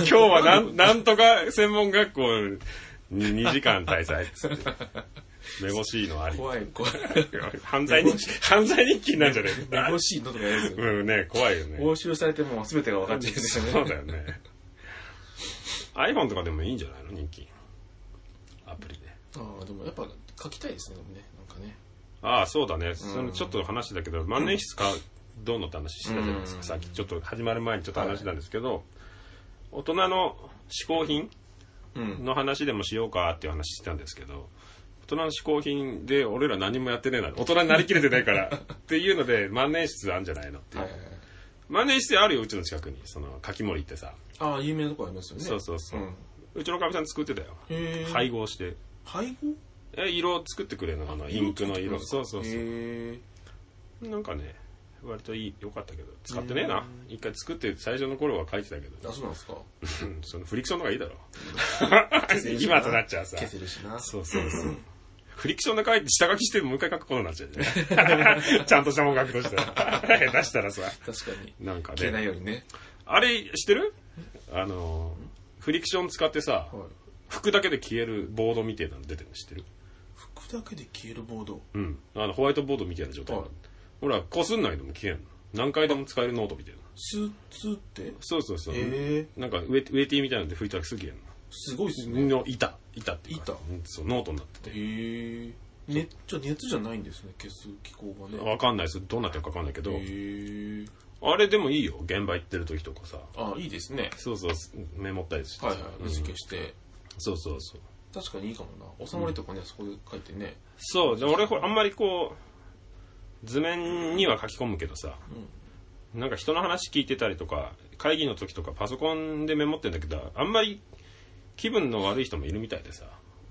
今日はなん、なんとか専門学校に2時間滞在っつって。めぼしいのあり。怖い、怖い。 犯罪日記、犯罪日記になんじゃねえめかぼしいのとかやるんですよ。うんね、怖いよね。押収されてもう全てが分かっちゃうんですよね。そうだよね。iPhone とかでもいいんじゃないの人気。アプリで。 ああ、でもやっぱ書きたいですね、でもね。なんかね。ああ、そうだね。そのちょっと話だけど、万年筆か、どうのって話してたじゃないですか。さっきちょっと始まる前にちょっと話したんですけど、大人の嗜好品うん。の話でもしようかっていう話してたんですけど、大人の嗜好品で俺ら何もやってねえな。大人になりきれてな いから。っていうので、万年筆あんじゃないのっていう。はいはいはい。万年筆あるよ、うちの近くに。その、かき盛りってさ。ああ、有名なとこありますよね。そうそうそう。んうちのかみさん作ってたよ。へえ。配合して。配合え、色作ってくれるのあの、インクの色。そうそうそう。へえ。なんかね割といい良かったけど使ってねえな一回作って最初の頃は書いてたけどあ、そうなんですか。うんそのフリクションの方がいいだろせるしな 今となっちゃうさ消せるしな。そうそうそうフリクションで書いて下書きしてもう一回書くことになっちゃう ねちゃんとしたもん書くとしたら下手したらさ確かに。なんか消えないねようにね。あれ知ってるあのフリクション使ってさはい。服だけで消えるボードみたいなの出てるの知ってる服だけで消えるボード。うんあのホワイトボードみたいな状態なはのいほらこすんないでも消えんの何回でも使えるノートみたいなスーツってそうそうそう。へなんかウェ、ウェティみたいなので拭いたらすげえな。すごいですね。の板。板っていうか。板うんそう、ノートになってて。へえ。ね、じゃあ熱じゃないんですね、消す気候がね。わかんないです。どうなってるかわかんないけど。へえ。あれでもいいよ。現場行ってる時とかさ。あ、いいですね。そうそう、メモったりしてさ。はいはい。水消して。そうそうそう。確かにいいかもな。収まりとかね、そこで書いてね。そう、で俺ほら、あんまりこう、図面には書き込むけどさ。なんか人の話聞いてたりとか、会議の時とかパソコンでメモってんだけど、あんまり気分の悪い人もいるみたいでさ。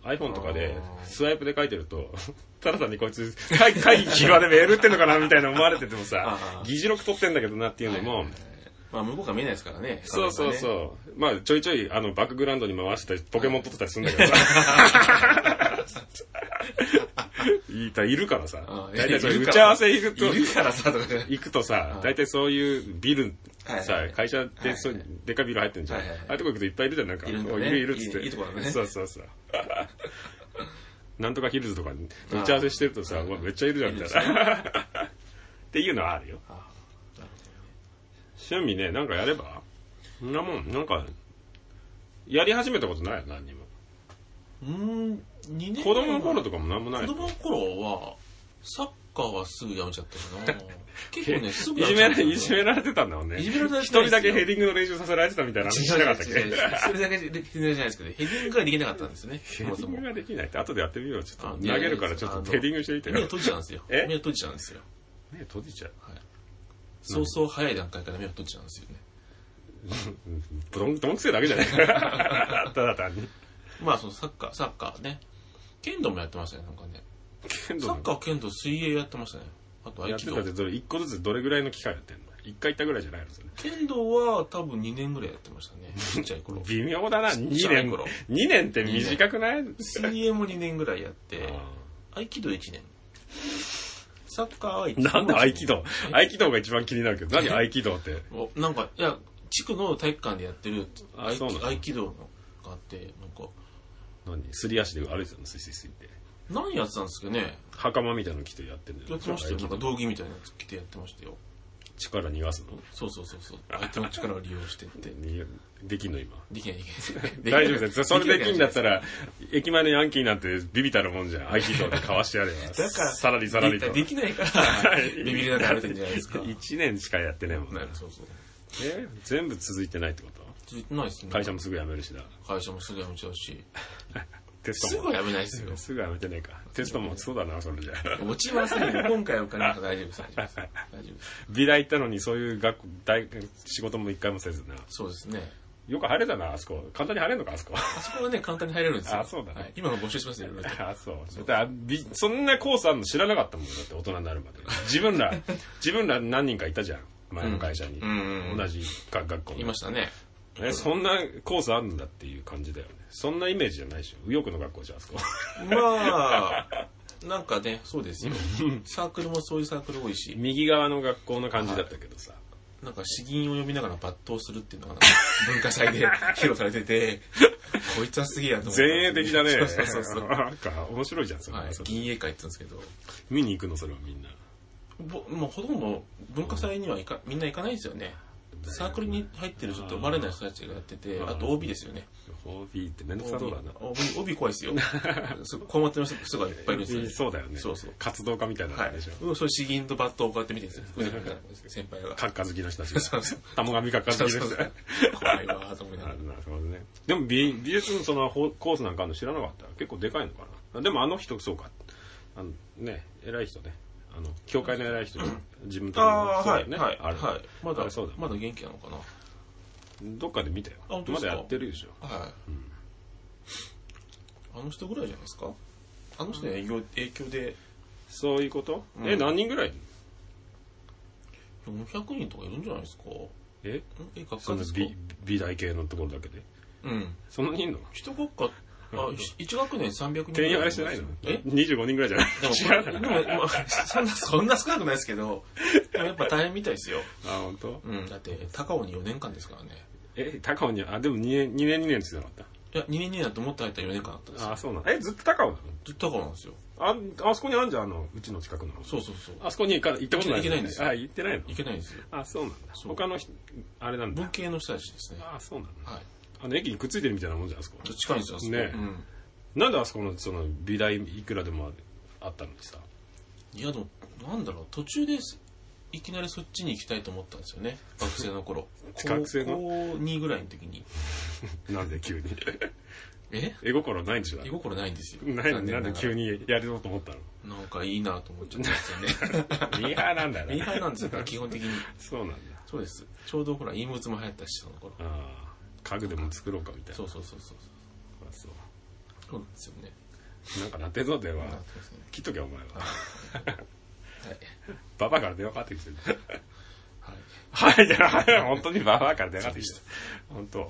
iPhone とかであースワイプで書いてると、 ただ単にこいつ 会会議際でメール打ってんのかなみたいな思われててもさあ、ー議事録取ってんだけどなっていうのも、まあ、向こうが見えないですからね。そうそうう。そう。まあちょいちょいあのバックグラウンドに回してたり、ポケモン撮ってたりするんだけどさ。いたいるからさあ。ー大体それいるから打ち合わせ行くいと、るからさ、とかね。行くとさ、大体そういうビル、はいさ、会社はいはでいそうでかいビル入ってんじゃん。はいはいはいああいうとこ行くといっぱいいるじゃん、なんか。いるんだねおいるいるっつって。いいいいとこだねそうそ うそう。なんとかヒルズとかに打ち合わせしてるとさ、うわめっちゃいるじゃん、みたいな。っていうのはあるよ。あなるほどね趣味ね、なんかやればそんなもん、なんか、やり始めたことないよ、何にも。うーん、2年子供の頃とか。かもなんもない子よ。供の頃は、サッカーはすぐやめちゃった かな。結構ね、すぐいやじめちゃめったらんいですじよめられてたんだもんね。いじめられてない一ですよ人だけヘディングの練習させられてたみたいな話しなかったっ違う違う違けうそれだけでヘディングじゃないですけど、ヘディングができなかったんですよ ね。そヘデもそィンもグ。ができないって、後でやってみよう。ちょっと投げるから、ちょっとヘディングしてみて目をよ。閉じちゃうんですよ。目えを閉じちゃうんですよ。目閉じちゃう。そうそう早い段階から目を閉じちゃうんですよね。どん、どんくせえ だけじゃないただ単に。まあ、そのサッカー、サッカーね。剣道もやってましたね、なんかね。剣サ道ッカー、剣道、水泳やってましたね。あと合やっ気て道た。って、それ一個ずつどれぐらいの期間やってんの一回行ったぐらいじゃないのそれ。剣道は多分2年ぐらいやってましたね。ちっちゃい頃 微妙だな、2ちゃい年頃。 2年って短くない水泳も2年ぐらいやって、合気道1年。サッカーは1年。なんで合気道合気道が一番気になるけど、何合気道って。おなんかいや地区の体育館でやってるあ合そうな気の合気道のがあってなんか 何すり足で歩いてたのスイスイスイって。何やってたんですかね袴みたいなの着てやってんだやよってましたよなんか道着みたいなやつ着てやってましたよ力逃がすのそうそうそう そう相手の力を利用してって逃げできんの今。できないできない大丈夫です。それできんだったらら、駅前のヤンキーなんてビビたるもんじゃん。合気道でかわしてやれ ば。だからさらりさらりと。できないからいビビりながらやってるんじゃないですか1年しかやってねえもんねな。るそうそうえ全部続いてないってこと続いてないですね。会社もすぐ辞めるしな。会社もすぐ辞めちゃうし。テスすトぐもは。辞めないですよ。すぐ辞めてねえか。テストも落ちそうだな、それじゃ。 落ちませんよ。今回はお金が大丈夫です。大丈夫です。大丈夫です。美大行ったのに、そういう学校、大、仕事も一回もせずな。そうですね。よく晴れたな、あそこ。簡単に晴れんのか、あそこ。 あそこはね、簡単に入れるんですよ。あそうだねはい今の募集しますよ。あ、そう。だからびそんなコースあるの知らなかったもんだって、大人になるまで。自分ら、 自分ら何人かいたじゃん。前の会社に。うんうんうん同じ学学校にいましたね。え、そんなコースあるんだっていう感じだよね。そんなイメージじゃないでしょ。右翼の学校じゃん、あそこ。 まあ、なんかね、そうですよ。サークルもそういうサークル多いし、右側の学校の感じだったけどさ。なんか詩吟を読みながら抜刀するっていうのがなん か文化祭で披露されてて、こいつはすげえやと思った前衛的だね。そうそうそうそう。はなんか、面白いじゃん、それ。いそ、れ銀英会って言うんですけど、見に行くの、それはみんな。ぼもうほとんど文化祭には行かみんな行かないですよね。サークルに入ってるちょっと生まれない人たちがやってて、あーあと OB ですよね。 OB ってめんどくさそうだな。 OB, OB 怖い ですよ。そう困ってる人がいっぱいいるんですよね、そうだよね。そうそう活動家みたいなはのいでしょ。。うんそういう詩吟と抜刀をこうやって見てるんですよ。先輩が。カッカ好きの人たちが。そうそう玉神カッカ好きそのうそうそ人たちがう。 怖いわーと思いなながらる。ほどね。でも美美術のそのほコースなんかあるの知らなかった。結構でかいのかな。でもあの人、そうか。あのね、偉い人ね。あの、教会の偉い人、自分とああ、そうだはよい、ね。はい、あれはい。まあだれそうだ、よまだ元気なのかな。どっかで見たよ。あ本当でますかだやってるでしょ。はい。あの人ぐらいじゃないですかあの人の影響影響でそういうこと、うんえ、何人ぐらいいる400人とかいるんじゃないですかんええ、学そ科のですか美美大系のところだけで。うん。そんなにいんの一学科、あ、一学年300人ぐら転い用あれしてないのえ ?25 人ぐらいじゃないでも、違うでも、まあ、そんな、そんな少なくないですけど、でもやっぱ大変みたいですよ。あ、本当。うん。だって、高尾に4年間ですからね。え、高尾に、あ、でも2年、2年2年って言ってなかいや、2年2年だと思って入ったら4年間だったんでっすた。よ。あ、そうなの。え、ずっと高尾なのずっと高尾なんですよ。あ、あそこにあるじゃん、あの、うちの近くの。そうそうそう。あそこに行か行ったことない。行けないんですよあ、行ってないのいけないんですよ。あ、そうなんだ。そう他の人、あれなん文だ。系の人たちですね。あ、そうなんだ。はい。あの、駅にくっついてるみたいなもんじゃん、あそこ。近いんですよ、あそこ。ねうん。なんであそこの、その、美大いくらでもあったのにさ。いや、でも、なんだろう、途中です、いきなりそっちに行きたいと思ったんですよね。学生の 頃。学生の高校2ぐらいの時に。なんで 急に。え絵心ないんでしょだっ居て心ないんですよ。ないのにな残念んがでら急にやろうと思ったのなんかいいなと思っちゃったんですよね。 ミーハーなんだよミーハーなんですよ。よ、基本的に。そうなんだ。そうです。ちょうどほら、陰物も流行ったし、その頃。ああ、家具でも作ろうかみたいな。そうそうそうそう。あそう。そうなんですよね。なんかなってんぞ、電な話ん。ですね切っとけ、お前は。はい。ババアから電話かかってきてる。はい。はい、じゃあ、本当にババアから電話かかってきてる。本当。はい。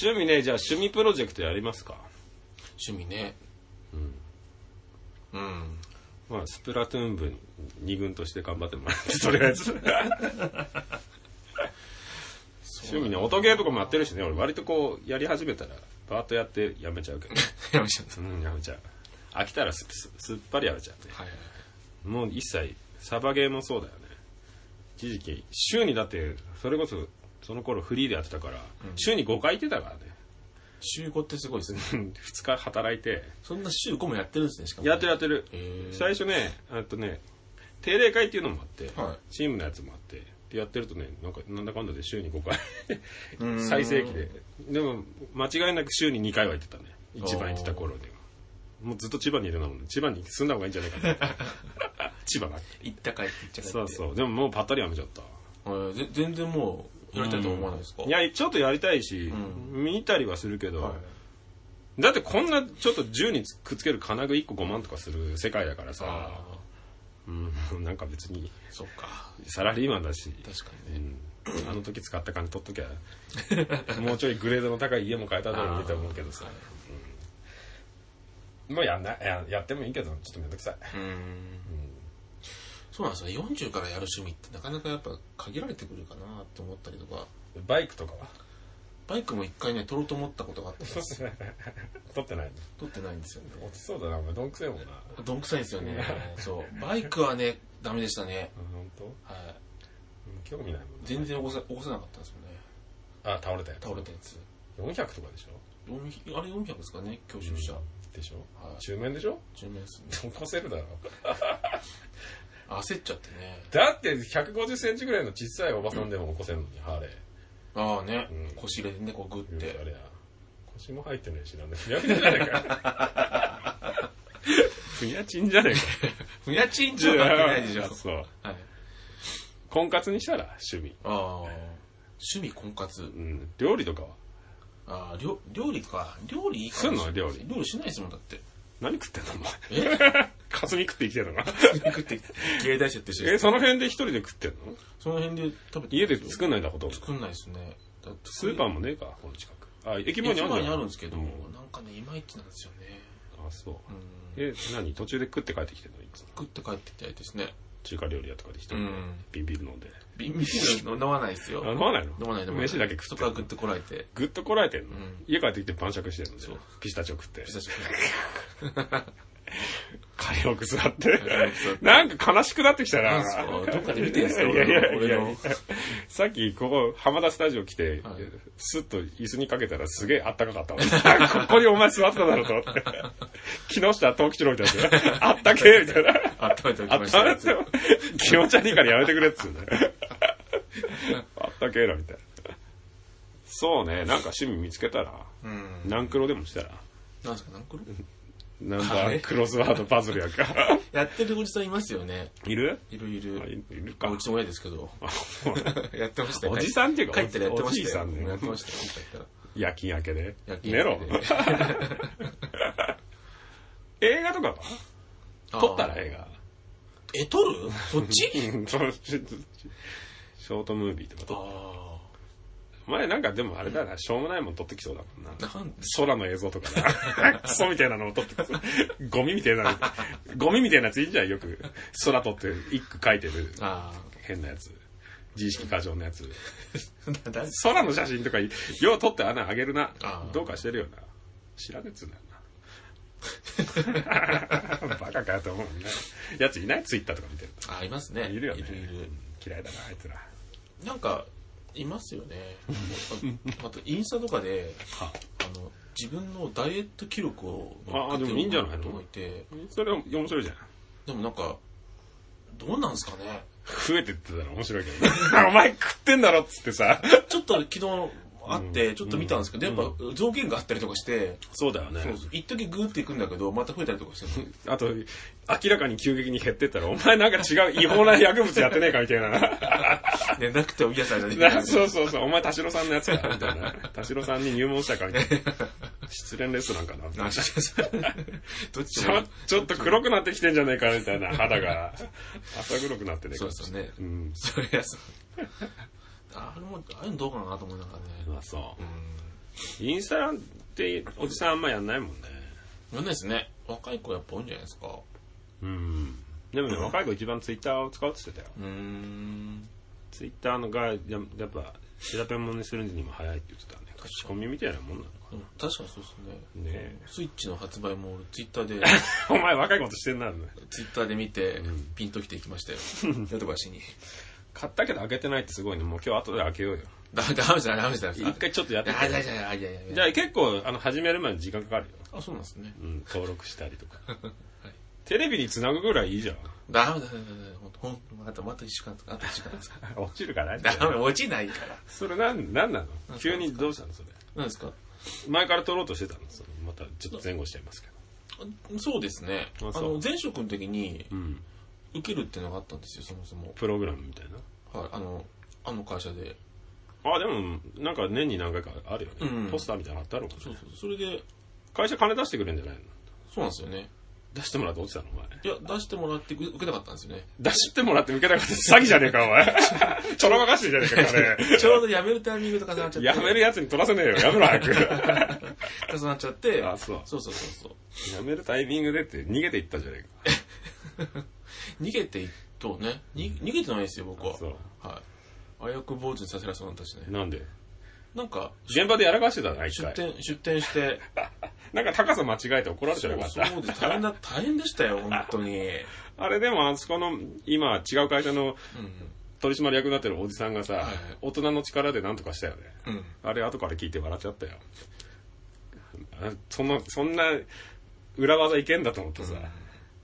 趣味ね、じゃあ趣味プロジェクトやりますか趣味ね。うん。うん。まあ、スプラトゥーン部二軍として頑張ってもらって、 とりあえず。趣味ね、音ゲーとかもやってるしね、俺割とこう、やり始めたら、バーッとやってやめちゃ うけど。 やめちゃった。うん、やめちゃう。飽きたらすすすっぱりやめちゃうね。はいはい。もう一切、サバゲーもそうだよね。一時期、週にだって、それこそ、その頃フリーでやってたから、週に5回行ってたからね。 週5ってすごいですね。 2日働いて、そんな週5もやってるんですね、しかも。やってるやってるへー最初ねあとね定例会っていうのもあって、はチームのやつもあってでやってるとねなんかなんだかんだで週に5ー回ん最盛期ででも間違いなく週に2回は行ってたね一番行ってた頃にはもうずっと千葉にいるなもんね千葉に住んだ方がいいんじゃないかな 千葉な行ったかいって言っちゃそううそうでももうパッタリやめちゃったえーぜ全然もうやりたいと思わないですか、いやちょっとやりたいし、見たりはするけど、だってこんなちょっと銃にくっつける金具1個5万とかする世界だからさああうん、なんか別にそっかサラリーマンだし、確かにうん、あの時使った金取っときゃ もうちょいグレードの高い家も買えただろうって思うけどさはいもうやんないややってもいいけどちょっとめんどくさい、うーんそうなんですよ40からやる趣味ってなかなかやっぱ限られてくるかなって思ったりとかバイクとかは バイクも一回ね取ろうと思ったことがあったんです取ってない取ってないんですよねの落ちそうだなお前どんくせえもんなあどんくさいんですよねそうバイクはねダメでしたね、本当はい、興味ないもんな全然起こせ起こせなかったんですよねあ倒れたやつ倒れたやつ400とかでしょ400あれ400ですかね教習車、でしょ、はい中面でしょ10名ですね起こせるだろ焦っちゃってねだって150センチぐらいの小さいおばさんでも起こせるのに、ハーレーああね、うん腰入れてね、こうグッてあ。れや腰も入ってないしなんでふにゃふにゃじゃねえか ふにゃちんじゃねえふやちんかちょなってないでしょ。 そうはい。婚活にしたら趣味ああ。趣味婚活う。ん料理とかはああ、料料理か。料理いいかすんもの料理料理しないですもん、だ って。何食ってんの お前えかすみ食って生きてんのか食って、芸大生ってしてえその辺で一人で食ってんのその辺で食べて家で作んないんだほとんど作んないですね。だってスーパーもねえかこの近くあ駅前駅にあるんだ前にあるんですけど、うなんかね、いまいちなんですよね。あそううん。え何途中で食って帰ってきてんのいつも食って帰ってきたいですね。中華料理屋とかで一人うでんビンビン飲んでビンビール飲まないですよ。あ飲まないの飲まない飲まない。飯だけ食そっこてから食ってこられて。ぐっとこらえてんの、うん家帰ってきて晩酌してんのそうピスタチオ食って久し火力座って火力座ってなんか悲しくなってきたななんすかどっかで見てんすかいやいやいや俺のいやさっきここ浜田スタジオ来て、はいスッと椅子にかけたらすげえあったかかったわ ここにお前座ってただろうと思 って木下藤吉郎みたいなあったけえみたいな温めておきあまっしたためやてよ気持ち悪いからやめてくれっつう んだよあったけえなみたいなそうねなんか趣味見つけたらうん。何クロでもしたらなんすか、なんくるナンバークロスワードパズルやんか。やってるおじさんいますよね。 いるいるいあいる。るかう。ちの親ですけど。 やってましたよおじさんっていうか帰ったらやってましたよ。おじいさんねやってましたよ、帰ったら。夜勤明けで夜。勤寝ろ明。映画とかは撮ったら映画。 え、撮るそっちうんそうちょっとショートムービーとか撮っあお前なんかでもあれだな、しょうもないもん撮ってきそうだもんな。あ。なん空の映像とかな。 クソみたいなのを撮ってきそう。ゴミみたいなの。ゴミみたいなやついいんじゃんよく。空撮って一句書いてる。あ変なやつ。自意識過剰なやつ。あ。だ空の写真とか、よう撮って穴あげるなあー。どうかしてるよな。知らねえっつうんだよ な。バカかと思うね。やついないツイッターとか見てるあ、いますね。と。いるよね。いるいる。嫌いだな、あいつら。なんか、いますよね。ああと、インスタとかで、はあの、自分のダイエット記録をああでもいいんじゃないの人がいて、それ面白いじゃん。でもなんか、どうなんすかね。増えてってたら面白いけどね。 お前食ってんだろっつってさ。ちょっと昨日あって、ちょっと見たんですけど、やっぱ増減があったりとかして、そうだよねそうそう一時グーっていくんだけど、また増えたりとか してる。あと、明らかに急激に減ってったら、お前なんか違う違法な薬物やってねえかみたい な。ね、なくてお癒されじゃない なそうそうそう、お前田代さんのやつかみたいな。田代さんに入門したかみたいな。失恋レストランかなみたいななどっちちもょ。ちょっと黒くなってきてんじゃねえかみたいな肌が朝黒くなってねえそかうですよね。んそりゃそう。あれも、あれもどうかなと思いながらね。まあそうん。うインスタなんておじさんあんまやんないもんねやんないですね。若い子やっぱ多いんじゃないですか。うんでもね若い子一番ツイッターを使うって言ってたようーん。ツイッターのがややっぱ調べ物にするにも早いって言ってたね口コミみたいなもんなのかでも確かにそうですね。なねえスイッチの発売も俺ツイッターで、お前若いことしてんなツイッターで見てん、ピンときていきました よ。ヨドバシに。買ったけど開けてないってすごいねもう今日後で開けようよダメダメじゃないダメじゃない一回ちょっとやってみてあ、じゃあじゃあじゃあじゃあじゃあ結構あの始めるまで時間かかるよ、あ、そうなんですね。うん、登録したりと か、テレビにつなぐぐらいいいじゃんダメだ、ダメだ、ダメだ。ほんとほんと、あと、あと1時間とか、あと1時間です か落ちるかなダメ、落ちないから。それなん、なんなの急にどうしたのそれ。なんですか前から撮ろうとしてたのそれまたちょっと前後しちゃいますけど。あそうですね。ああそうの、前職の時に、うん。受けるっていうのがあったんですよ、そもそも。プログラムみたいな。はい、あの、あの会社で。あ、でも、なんか年に何回かあるよね。うんポスターみたいなのあったろう、ね、そうそう。それで、会社金出してくれんじゃないのそうなんですよね。出してもらって落ちたのお前。いや、出してもらって、う受けなかったんですよね。出してもらって受けなかった 詐欺じゃねえか、お前。ちょろまかしてんじゃねえか、 ちょうど辞めるタイミングと重なっちゃっ金。て。やめるやつに取らせねえよ。やめろ、早く。重なっちゃって。あそうそうそうそうそう。やめるタイミングでって逃げていったじゃねえ逃げていっとね。に逃げてないですよ、僕か。は。そう。はい。危うく坊主にさせられそうになったしね。なんでなんか、現場でやらかしてたな、一出回。店、出店 して、なんか高さ間違えて怒られちゃそうよかった。そうです。大変だ、大変でしたよ、本当に。 うん。あれでもあそこの今違う会社の取締役になってるおじさんがさ、い大人の力で何とかしたよね。うん。あれ後から聞いて笑っちゃったよ。あそんな、そんな裏技いけんだと思ってさ、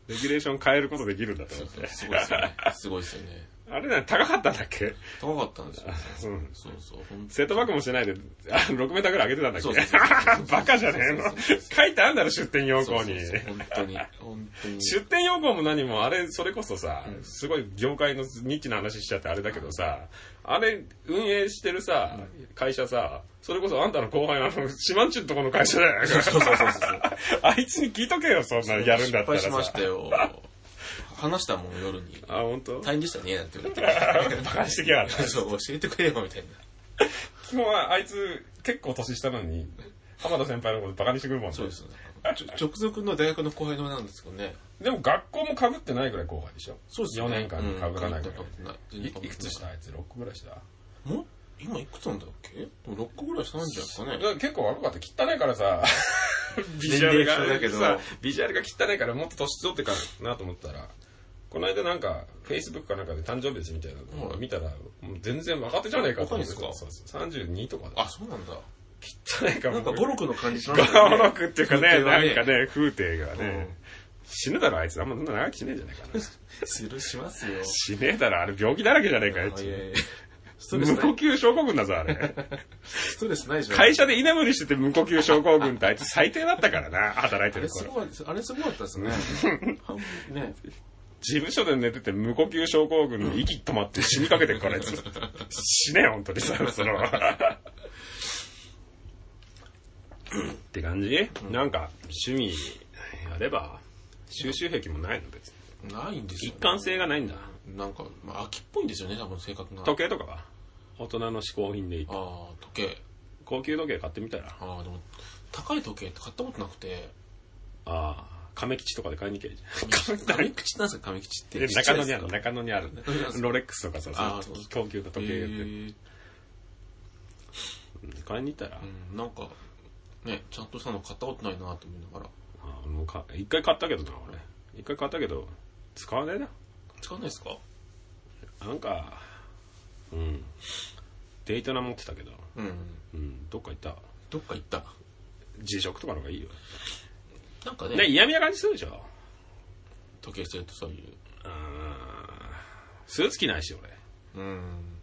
レギュレーション変えることできるんだと思って。すごいですよね。すごいですよね。あれな、高かったんだっけ高かったんですよ。うんそうそう、ほんとセットバックもしてないで、あ6メーターぐらい上げてたんだっそうそうそうけバカじゃねえのそうそうそう書いてあんだろ、出店要そ項うそうに。そう本当に、本当に。 出店要項も何も、あれ、それこそさ、すごい業界のニッチな話しちゃってあれだけどさ、あれ、運営してるさ、会社さ、それこそあんたの後輩のあの、島んちゅうとこの会社だよ。そうそうそうそう。 あいつに聞いとけよ、そんなやるんだったらさ。失敗しましたよ。話したもん、夜に。あ、本当？大変でしたね、なんて言われバカにしてきやがってて。そう、教えてくれよ、みたいな。基本はあいつ、結構年下なのに、浜田先輩のことバカにしてくるもんねそうですね。ちょ直属の大学の後輩のなんですけどね。でも学校もかぶってないぐらい後輩でしょそうですね4年間にかぶらないうんぐ被ってないらい,、全然被ってないいくつしたあいつ6個ぐらいしただかも今いくつなんだっけでも6個ぐらいしたんじゃないですかね。ら結構若かった汚いか らさビジュアル年齢一緒だけがどさビジュアルが汚いからもっと年取ってからなと思ったらこの間なんかフェイスブックかなんかで誕生日ですみたいなのを見たら、もう全然若手じゃねえかと思って若いんですそかうそう32とかだあ、そうなんだ。汚いからなんか語録の感じしますゴよね。ロクっていうかね風景はなんか。ね風景がね、うん死ぬだろあいつあんまそんな長生きしねえんじゃないかなするします よ。死ねえだろあれ病気だらけじゃねえかあいあいやついやストレス無な呼い、吸症候群だぞ、あれ。ストレスないじゃん。会社で居眠りしてて無呼吸症候群ってあいつ最低だったからな、働いてあるれす頃。ごい、あれすごかった ですね。半分ね。事務所で寝てて無呼吸症候群の息止まって死にかけて るから、あいつ。死ねえ、本当にさ、その。って感じ、なんか、趣味やれば、収集癖もないの別に。ないんです一よ、ね。貫性がないんだ。なんか、まあ、秋っぽいんですよね、多分性格が。時計とかは大人の嗜好品でいい。ああ、時計。高級時計買ってみたら、ああ、でも、高い時計って買ったことなくて、ああ、亀吉とかで買いに行けばいいじゃん。亀 吉なんですか、亀吉って。でちっち中ゃいです野にあかる、中野にある中野なんです。かロレックスとかさ、あーそそうういう高級な時計売ってるへえ買いに行ったら、うん、なんか、ね、ちゃんとしたの買ったことないなと思いながら。あーもうか一回買ったけどな、俺。一回買ったけど、使わねえな。使わないですかなんか、うん。デイタナ持ってたけど、うん。うん、どっか行った。どっか行った。 G ショックとかの方がいいよ。なんかね、ね、嫌味な感じするでしょ。時計してるとそういう。うーん。スーツ着ないし、うん。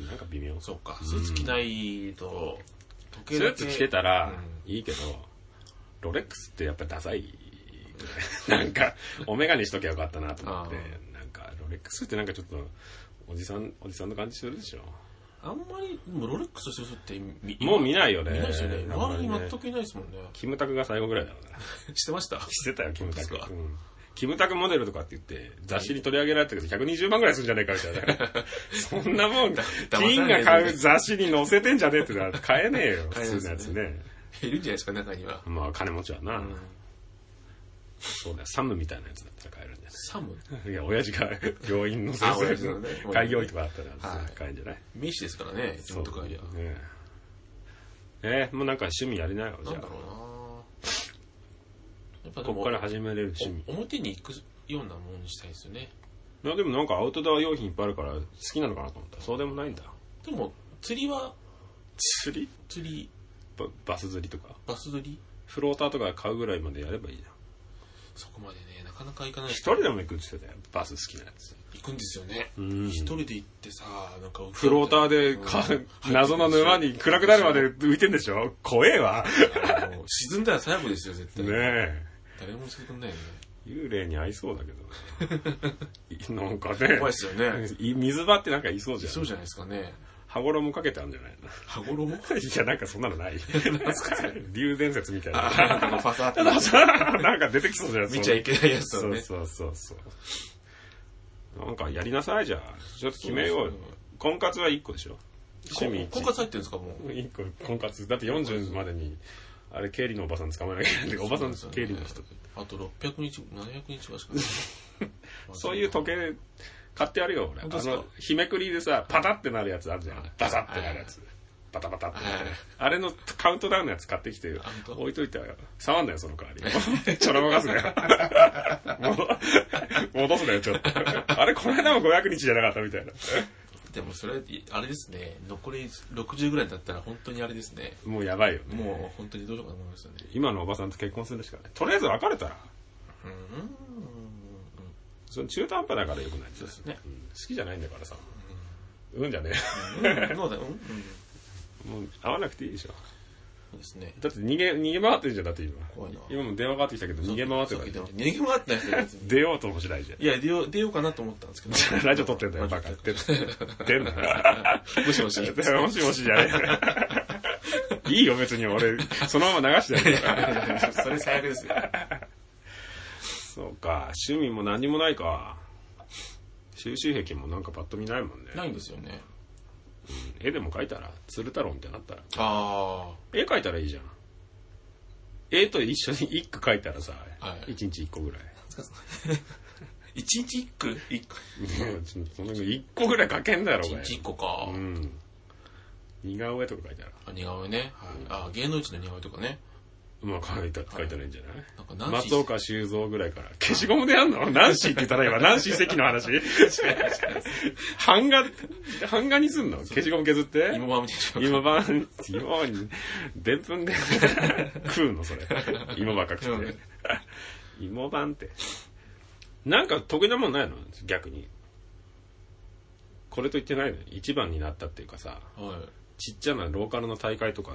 俺。なんか微妙。そうか。スーツ着ないと、時ス計だーけツ着てたらいいけど、ロレックスってやっぱダサい。 なんか、お眼鏡しときゃよかったなと思ってあ、なんか、ロレックスってなんかちょっと、おじさん、おじさんの感じするでしょ。あんまり、もうロレックスする人ってみもう見ないよね。見ないですよね。あんま周りりにね全くいないです もんね。キムタクが最後ぐらいだろうな。してましたしてたよ、キムタク。そうですかうんキムタクモデルとかって言って、雑誌に取り上げられたけど、120万ぐらいするんじゃねえかみ たいな。そんなもん、テ騙されィーンないがで買う雑誌に載せてんじゃねえってな、買えねえよ、買えな普い通のやでつすね。いるんじゃないですか、中には。まあ、金持ちはな。そうだよ、サムみたいなやつだったら買えるんじゃサムないいや、親父が病院の先あ親父生のね開業医とかあったらはい買えるんじゃない名詞ですからね、そそうとかいや。ねええ、もうなんか趣味やりなよ、なじんゃあだ。ろうなやっぱでこもっから始めれる趣味。お表に行くようなものにしたいですよね。いや、でもなんかアウトドア用品いっぱいあるから好きなのかなと思った。そうでもないんだ。でも、釣りは、釣り釣り、ババス釣りとか。バス釣り、フローターとか買うぐらいまでやればいいじゃん。そこまでね、なかなか行かない一人でも行くって言ってたよ、バス好きなやつ。行くんですよね。ん一人で行ってさ、なんか、フローターでか、謎の沼に暗くなるまで浮いてんでしょ怖えわ。あの沈んだら最後ですよ、絶対。ねえ。誰もしてくんないよね。幽霊に合いそうだけどな なんかね。怖いっすよねい水場ってなんかいそうじゃ。そうんじゃないですかね。羽衣かけてあるんじゃない羽 衣のいや、なんかそんなの ない。 竜伝説みたいな。なんかファサーってなっちゃ なんか出てきそうじゃないう見ちゃいけないやつそをうね。そうそうそう。なんかやりなさいじゃあ。ちょっと決めようそうよそう。婚活は1個でしょ趣味婚活入ってるんですか、もう。 1個婚活。だって40までに、あれ、経理のおばさん捕まえなきゃいけないんだけどおばさんそうなんです経よね理の人。あと600日、700日はしかない。 そういう時計買ってやるよ、俺。あ本当ですかの、日めくりでさ、パタってなるやつあるじゃん。バサってなるやつ。パタパタってなる。あれのカウントダウンのやつ買ってきてよ本当置いといて、触んなよ、その代わり。 ちょろまかすなよ。 戻戻すなよ、ちょっと。あれ、この間も500日じゃなかったみたいな。でもそれ、あれですね、残り60ぐらいだったら本当にあれですね。もうやばいよね。もう本当にどうしようかと思いましたね。今のおばさんと結婚するしかない。とりあえず別れたら。うん。その中途半端だからよくないそうですねうん好きじゃないんだからさうんじゃねうんそうだよ、うんうん、え もう会わなくていいでしょそうですねだって逃げ逃げ回ってるじゃんだって今怖いな今も電話かかってきたけど逃げ回ってさたっきじゃ言っんたように逃げ回ってないですよ別に出ようともしないじゃんいや出よう出ようかなと思ったんですけどラジオ撮ってんだよバカって 出んなもしも しもしもしじゃねえいいよ別に俺そのまま流してやるから それ最悪ですよそうか趣味も何もないか収集癖もなんかパッと見ないもんねないんですよね絵でも描いたら鶴太郎みたいになったらあ絵描いたらいいじゃん絵と一緒に一句描いたらさ、はい一日一個ぐらいあ一日一句一句ちょっとその一個ぐらい描けんだろ一お前日一個か、うん似顔絵とか描いたらあ似顔絵ね、あ芸能人の似顔絵とかねうまく描いた描いたらいいんじゃないなんかナンシー松岡修造ぐらいから。消しゴムでやんのナンシーって言ったら今、ナンシー関の話版画、版画にすんの消しゴム削って今まみでしょ今晩、今晩に、でんぷんで食うの、それ。芋ばっか食って。芋晩って。なんか得意なもんないの逆に。これと言ってないの一番になったっていうかさ、はいちっちゃなローカルの大会とか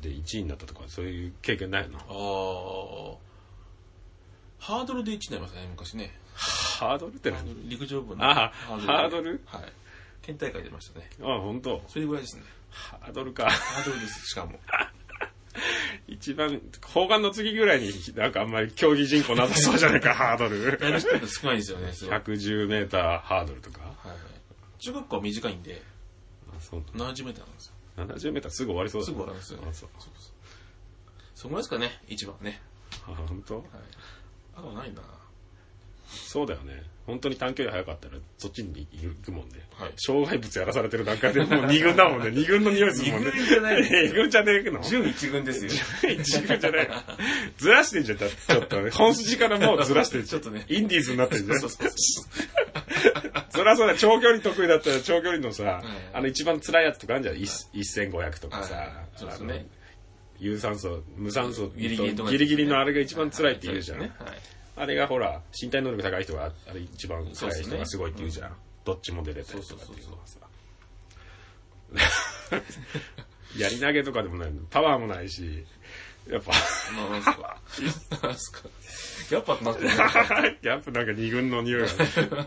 で1位になったとか、そういう経験ないのあーハードルで1になりましたね昔ねハードルって何陸上部のあハードでルはい県大会出ましたねあ、本当。それぐらいですねハードルか。ハードルですしかも一番、砲丸の次ぐらいになんかあんまり競技人口なさそうじゃな いか、ハードル。やる人って少ないんですよねすごい110メーターハードルとか。はい中学校は短いんであそう70メーターなんですよ70メーターすぐ終わりそうだすなぐ終わるんですよねあそうそうそうそこですかね一番ねあ本当はいあとはないなそうだよね本当に短距離早かったらそっちに行くもんね、はい障害物やらされてる段階でもう2軍だもんね2軍の匂いするもんね二軍じゃない 二軍じゃねえの準一軍ですよ1軍じゃないずらしてんじゃんだってちょっとね本筋からもうずらしてんじゃんちょっとねインディーズになってんじゃんそうそうそうそりゃそうだ、長距離得意だったら長距離のさ、うんあの一番辛いやつとかあるじゃん、い1500とかさ、はいそうですねあの有酸素、無酸素、ギリギリとかギリギリのあれが一番辛いって言うじゃん。はいはいあれがほら、身体能力高い人が、あれ一番そうで辛いすね人がすごいって言うじゃん。どっちも出れたりとかっていうのはさ。 やり投げとかでもないの。パワーもないし、やっぱ、 まあなんすかなんすかやっぱなってないやっぱなんか二軍の匂いが、そんな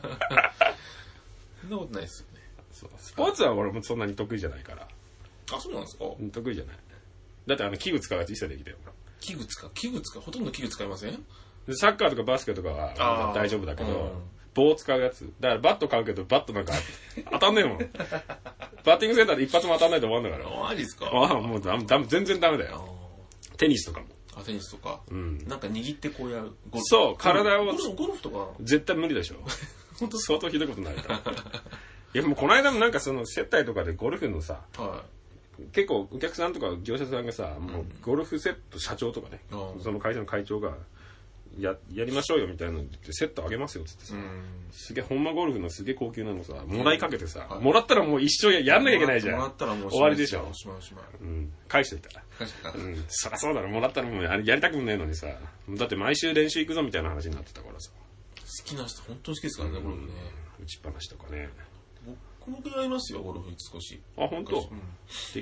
ことないですよねそうスポーツは俺もそんなに得意じゃないから。あそうなんですかうん得意じゃないだってあの器具使うやつ一切できたよ器具使う器具使うほとんど器具使いませんでサッカーとかバスケとかはあー大丈夫だけど、うん棒使うやつだからバット買うけどバットなんか当たんねえもんバッティングセンターで一発も当たんないと終わんだからあマジですかああもうダメダメ全然ダメだよテニスとかもあテニスとか、んなんか握ってこうやるゴルフそう体をゴルフゴルフとか絶対無理 でしょ本当相当ひどいことになるからいやもうこの間もなんかその接待とかでゴルフのさは結構お客さんとか業者さんがさ、もうゴルフセット社長とかね、うんその会社の会長がややりましょうよみたいなの言ってセットあげますよっつってさ、いうんすげえ、ほんまゴルフのすげえ高級なのさ、もらいかけてさ、はいもらったらもう一生やんなきゃいけないじゃん。もらったらもう終わりでしょお。しまいおしまいうん。返しといたら。うん。そりゃそうだろ、もらったらもうややりたくもねえのにさ。だって毎週練習行くぞみたいな話になってたからさ。好きな人本当に好きですからね、ゴルフね打ちっぱなしとかね。僕もやりますよゴルフ少しあ、ほんとうん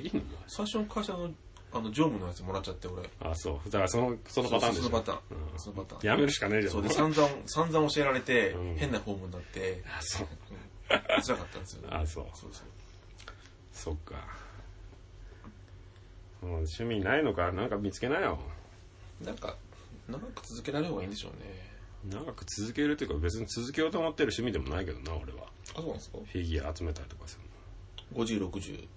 できんの最初の会社のあの常務のやつもらっちゃって俺あ、そう。だからその、そのパターンでしそょ。のパターンうんそのパターンやめるしかねえじゃん。そう で散々散々教えられて、うん変なフォームになってあ、そう。辛かったんですよ、ね、あ、そう。そうそうそっか。もう趣味ないのか、なんか見つけなよ。なんか長く続けられる方がいいんでしょうね長く続けるっていうか別に続けようと思ってる趣味でもないけどな、俺は。あそうなんですかフィギュア集めたりとかす5060る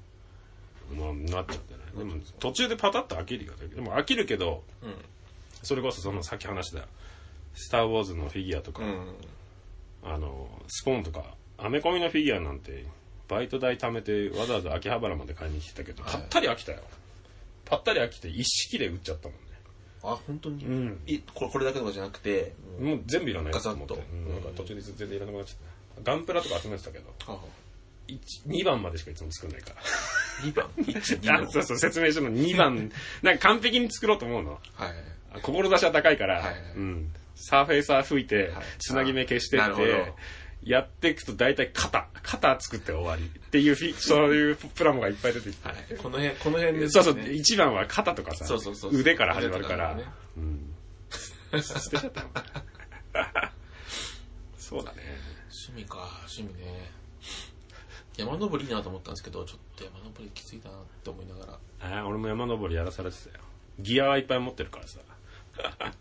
のまあなっちゃうんじゃないでも途中でパタッと飽きるよでも飽きるけどうそれこそそのさっき話した「スター・ウォーズ」のフィギュアとか、んうんあのスポーンとかアメコミのフィギュアなんてバイト代貯めてわざわざ秋葉原まで買いに来てたけどはいぱったり飽きたよぱったり飽きて一式で売っちゃったもんねあ本当に、んいこれこれだけとかじゃなくて、もうもう全部いらないやつガサッと思ってうんなんか途中で全然いらなくなっちゃったガンプラとか集めてたけどあ2番までしかいつも作んないから2番12 あ そうそう説明書の2番なんか完璧に作ろうと思うのはい志は高いかはら、いはいうん、サーフェイサー吹いてはい、つなぎ目消してなるっほどて、やっていくと大体肩、肩作って終わりっていうフィ、そういうプラモがいっぱい出てきて。はい。この辺、この辺です、そね。うそう、一番は肩とかさそうそうそう、腕から始まるから腕とかね。うん。 捨てちゃったのかそうだね。趣味か、趣味ね。山登りいいなと思ったんですけど、ちょっと山登りきついなって思いながら。あー俺も山登りやらされてたよ。ギアはいっぱい持ってるからさ。あ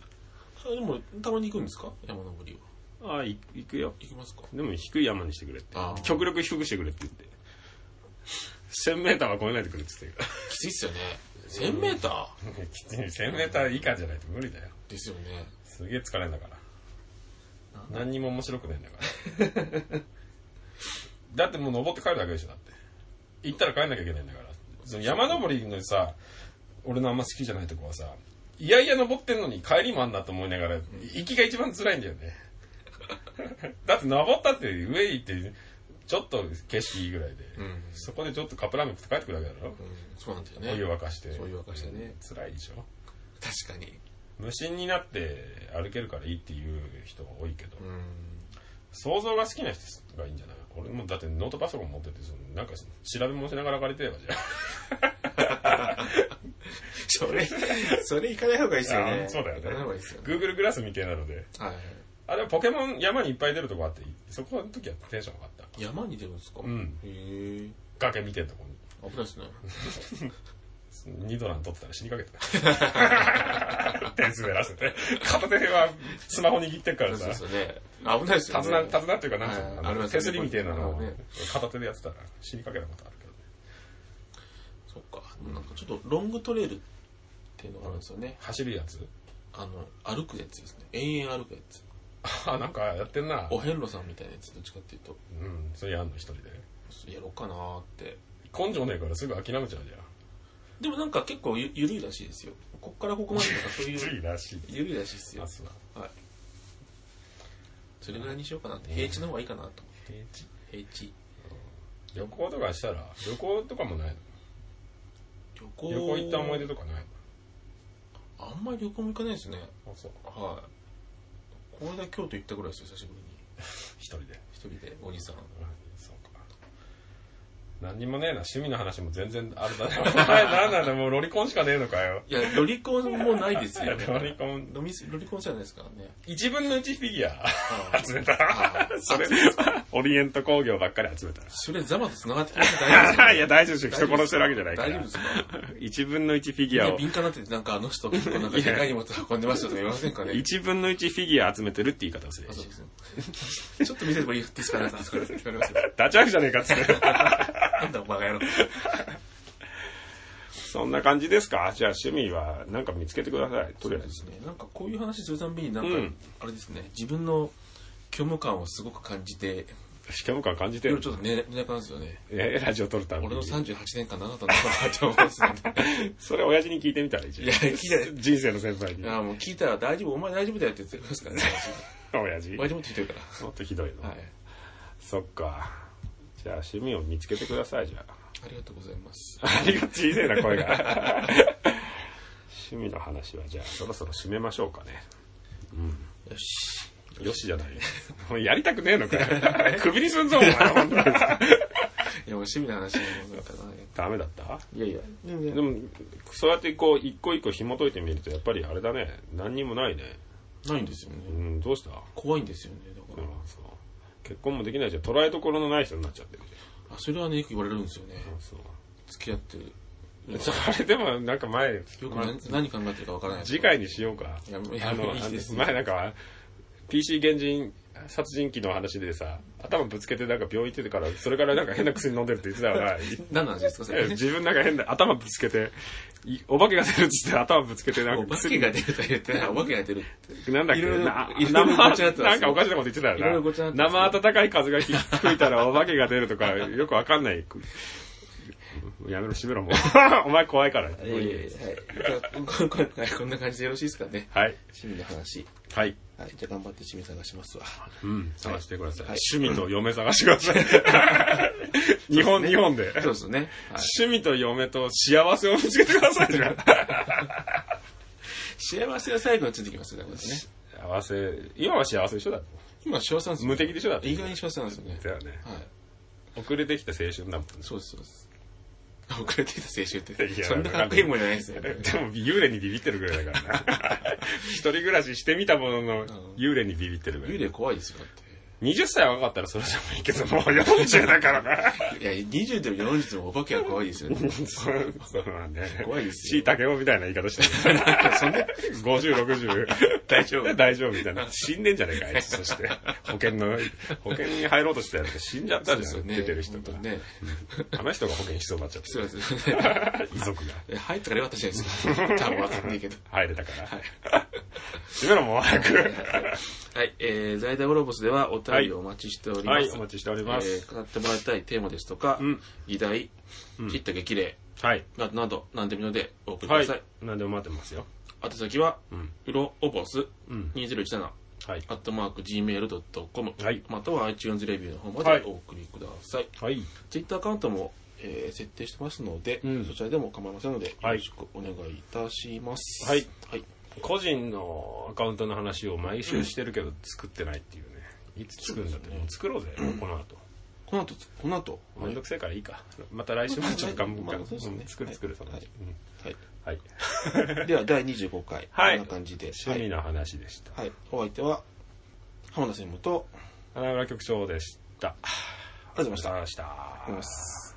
でも、たまに行くんですか山登りは。ああ、い行くよ。行きますかでも低い山にしてくれってあー。極力低くしてくれって言って。1000メーターは超えないでくれって言ってきついっすよね。1000メーターるから。 きつい。1000メーター以下じゃないと無理だよ。ですよね。すげえ疲れんだから。何にも面白くないんだ から。だってもう登って帰るだけでしょ、だって。行ったら帰んなきゃいけないんだから。その山登りのさ、俺のあんま好きじゃないとこはさ、いやいや登ってんのに帰りもあんなと思いながら、行きが一番辛いんだよね。 だって登ったって上行って、ちょっと景色いいぐらいで、んそこでちょっとカップラーメン食って帰ってくるだけだろ。うん、そうなんだよお湯ね。沸かして。お湯沸かしてねうん辛いでしょ。確かに。無心になって歩けるからいいっていう人が多いけど、うん。想像が好きな人がいいんじゃない俺もだってノートパソコン持っててそのなんか調べ物しながら借りてればじゃそれ、それ行かない方がいいっすよあね。そうだよ行かない方がいねいっすよね。 Google グラスみたいなのではい。あれはポケモン山にいっぱい出るとこあってそこの時はテンション上がった山に出るんですかうんへえ。崖見てるとこ危ないっすね。にニドラン撮った ら死にかけてた手滑らせて片手はスマホ握ってるかそらうさですよね。危ないっすよ手ね。綱手綱っていうかなんつうはいのあありのますね手すりみたいなのをあのね片手でやってたら死にかけたことあるけどねそっか。なんかちょっとロングトレイルっていうのがあるんですよね。走るやつ あの、歩くやつですね。延々歩くやつ。あなんかやってんなお遍路さんみたいなやつ、どっちかっていうと、うんそれやんの一人でやろうかなーって。根性ねえからすぐ諦めちゃうじゃんでもなんか結構ゆゆるいらしいですよ。こっからここまでとかそう いう、らしいゆるいらしいですよあ。そうはい。それぐらいにしようかなって。平地の方がいいかなと思って。平地平地。旅行とかしたら旅行とかもないの旅行。旅行行った思い出とかないのあんまり旅行も行かないですね。あそうはい。この間京都行ったぐらいですよ、久しぶりに。一人で一人で、お兄さん。そうか何にもねえな趣味の話も全然あれ だねお前何なんだもうロリコンしかねえのかよいや、ロリコンもないです よ。ロリコンロミスロリコンじゃないですからね。 1分の1フィギュはアい集めた それオリエント工業ばっかり集めたそれ、ザマと繋がってきました大丈夫ですか いや大丈夫ですよ人殺してるわけじゃないから大丈 夫ですか1分の1フィギいュアや、を敏感になって、なんかあの人、結構なんかでかい荷物運んでましたとか言いませんかね。 1分の1フィギュア集めてるって言い方をするあそうですね ちょっと見せればいいですかねなんて聞かれましたよダチャクじゃねえか っつってなんだ、バカ野郎。そんな感じですかじゃあ趣味はなんか見つけてくださいとりあえでずすね。なんかこういう話するたんびに、なんか、うんあれですね、自分の虚無感をすごく感じて、しかも感感じて夜るちょっと寝寝なくなるんですよね。えラジオ撮るため俺のに38年間何だったのかなって思うんですよね。それ親父に聞いてみたら一応いや聞いて人生の先輩にいや、もう聞いたら大丈夫、お前大丈夫だよって言ってます からね。親父お前もでもっとひどいかっとひどいの、ら。はい。そっかじゃあ趣味を見つけてくださいじゃあありがとうございます。ありがちいねえな声 が趣味の話はじゃあそろそろ締めましょうかねよし。よしじゃないよもうやりたくねえのかよ クビにすんぞお前本当いにや、もう趣味の話に戻るかな。ダメだったいやいや。でもそうやってこう一個一個紐解いてみるとやっぱりあれだね何にもないねないんですよね。うんどうした怖いんですよね、だうかんら。そう結婚もできないじゃん捉えどころのない人になっちゃってるあ、それはね、よく言われるんですよね。そう付き合ってる。それでもなんか前よくまあ何何考えてるかわからない。次回にしようかいやいやあのいいです前なんか PC 原人殺人鬼の話でさ頭ぶつけてなんか病院行っててからそれからなんか変な薬飲んでるって言ってたから 何の話ですか、そいやれ。自分なんか変な頭ぶつけていお化けが出るっつって頭ぶつけてなんおか化けが出ると言ってない、お化けが出るって。なんだっいけろいろなろいいろごちゃ生っとなんかおかしなこと言ってたよいろいろごちゃっとでな。すね生暖かい風がひ吹いたらお化けが出るとか、よくわかんない。やめろ、閉めろ、もう。 お前怖いから。いやいやいやはい。じゃあこここんな感じでよろしいですかね。はい。趣味の話。はい。はい。じゃあ頑張って趣味探しますわ。うん、探してください。はい趣味と嫁探してく ださい。日本、日本で。そうですね。はい。趣味と嫁と幸せを 見つけてください。幸せは最後についてきますね、これね。幸せ、今は幸せでしょだって。今幸せなんですよ無敵でしょだって意外に幸せなんですよね。だよね。はい。遅れてきた青春だもんね。そうです、そうです。遅れてきた青春っいて、やそんなかっ こいいもんじゃないですよ。でも幽霊にビビってるぐらいだから な。一人暮らししてみたものの、幽霊にビビってるぐらい。幽霊怖いですよ、だって。 20歳若かったらそれでもいい けど、もう40だからな。いや、20でも40でもお化けは 怖いですよ ね。そうそうだね。怖いですよしいたけもみたいな言い方してる。そんな、 50、60。大丈夫。 大丈夫みたいな。死んでんじゃねえか、あいつ。そして。保険の、保険に入ろうとしたやつが死んじゃったじゃん。出てる人本当がに。 ね。あの人が保険必要になっちゃっそうです て。遺族が。入ったからよかったじゃ ないですか。多分わかんないけど。入れたから。閉めろ、もう早く。はい、えー、在宅ロボスではお便りをお待ちしております。はい、お待ちしておりまえす。ー語ってもらいたいテーマですとか、うん議題、切った激励はい。などなど、何でもいいのでお送りくはだいさい。。何でも待ってますよ。宛先は、うん。うろおぼすうん。 2017、はい。アットマーク gmail.com、はいまたは iTunes レビューの方まはでいお送りください。はい。 Twitter アカウントも、えー設定してますので、うんそちらでも構いませんので、よはいろしくお願いいたします。はい。はい。個人のアカウントの話を毎週してるけど作ってないっていうね。いつ作るんだって。もう作ろうぜ、もうこの後。この後、この後、めんどくせえからいいか。また来週もちょっと頑張るから。まあそうですねうん作る作る、その話。うんはい。はい。では、第25回、はいこんな感じで。趣味の話でした。はい。お相手は、浜田専務と、花村局長でした。あありがとうございました。りがとうございました思います。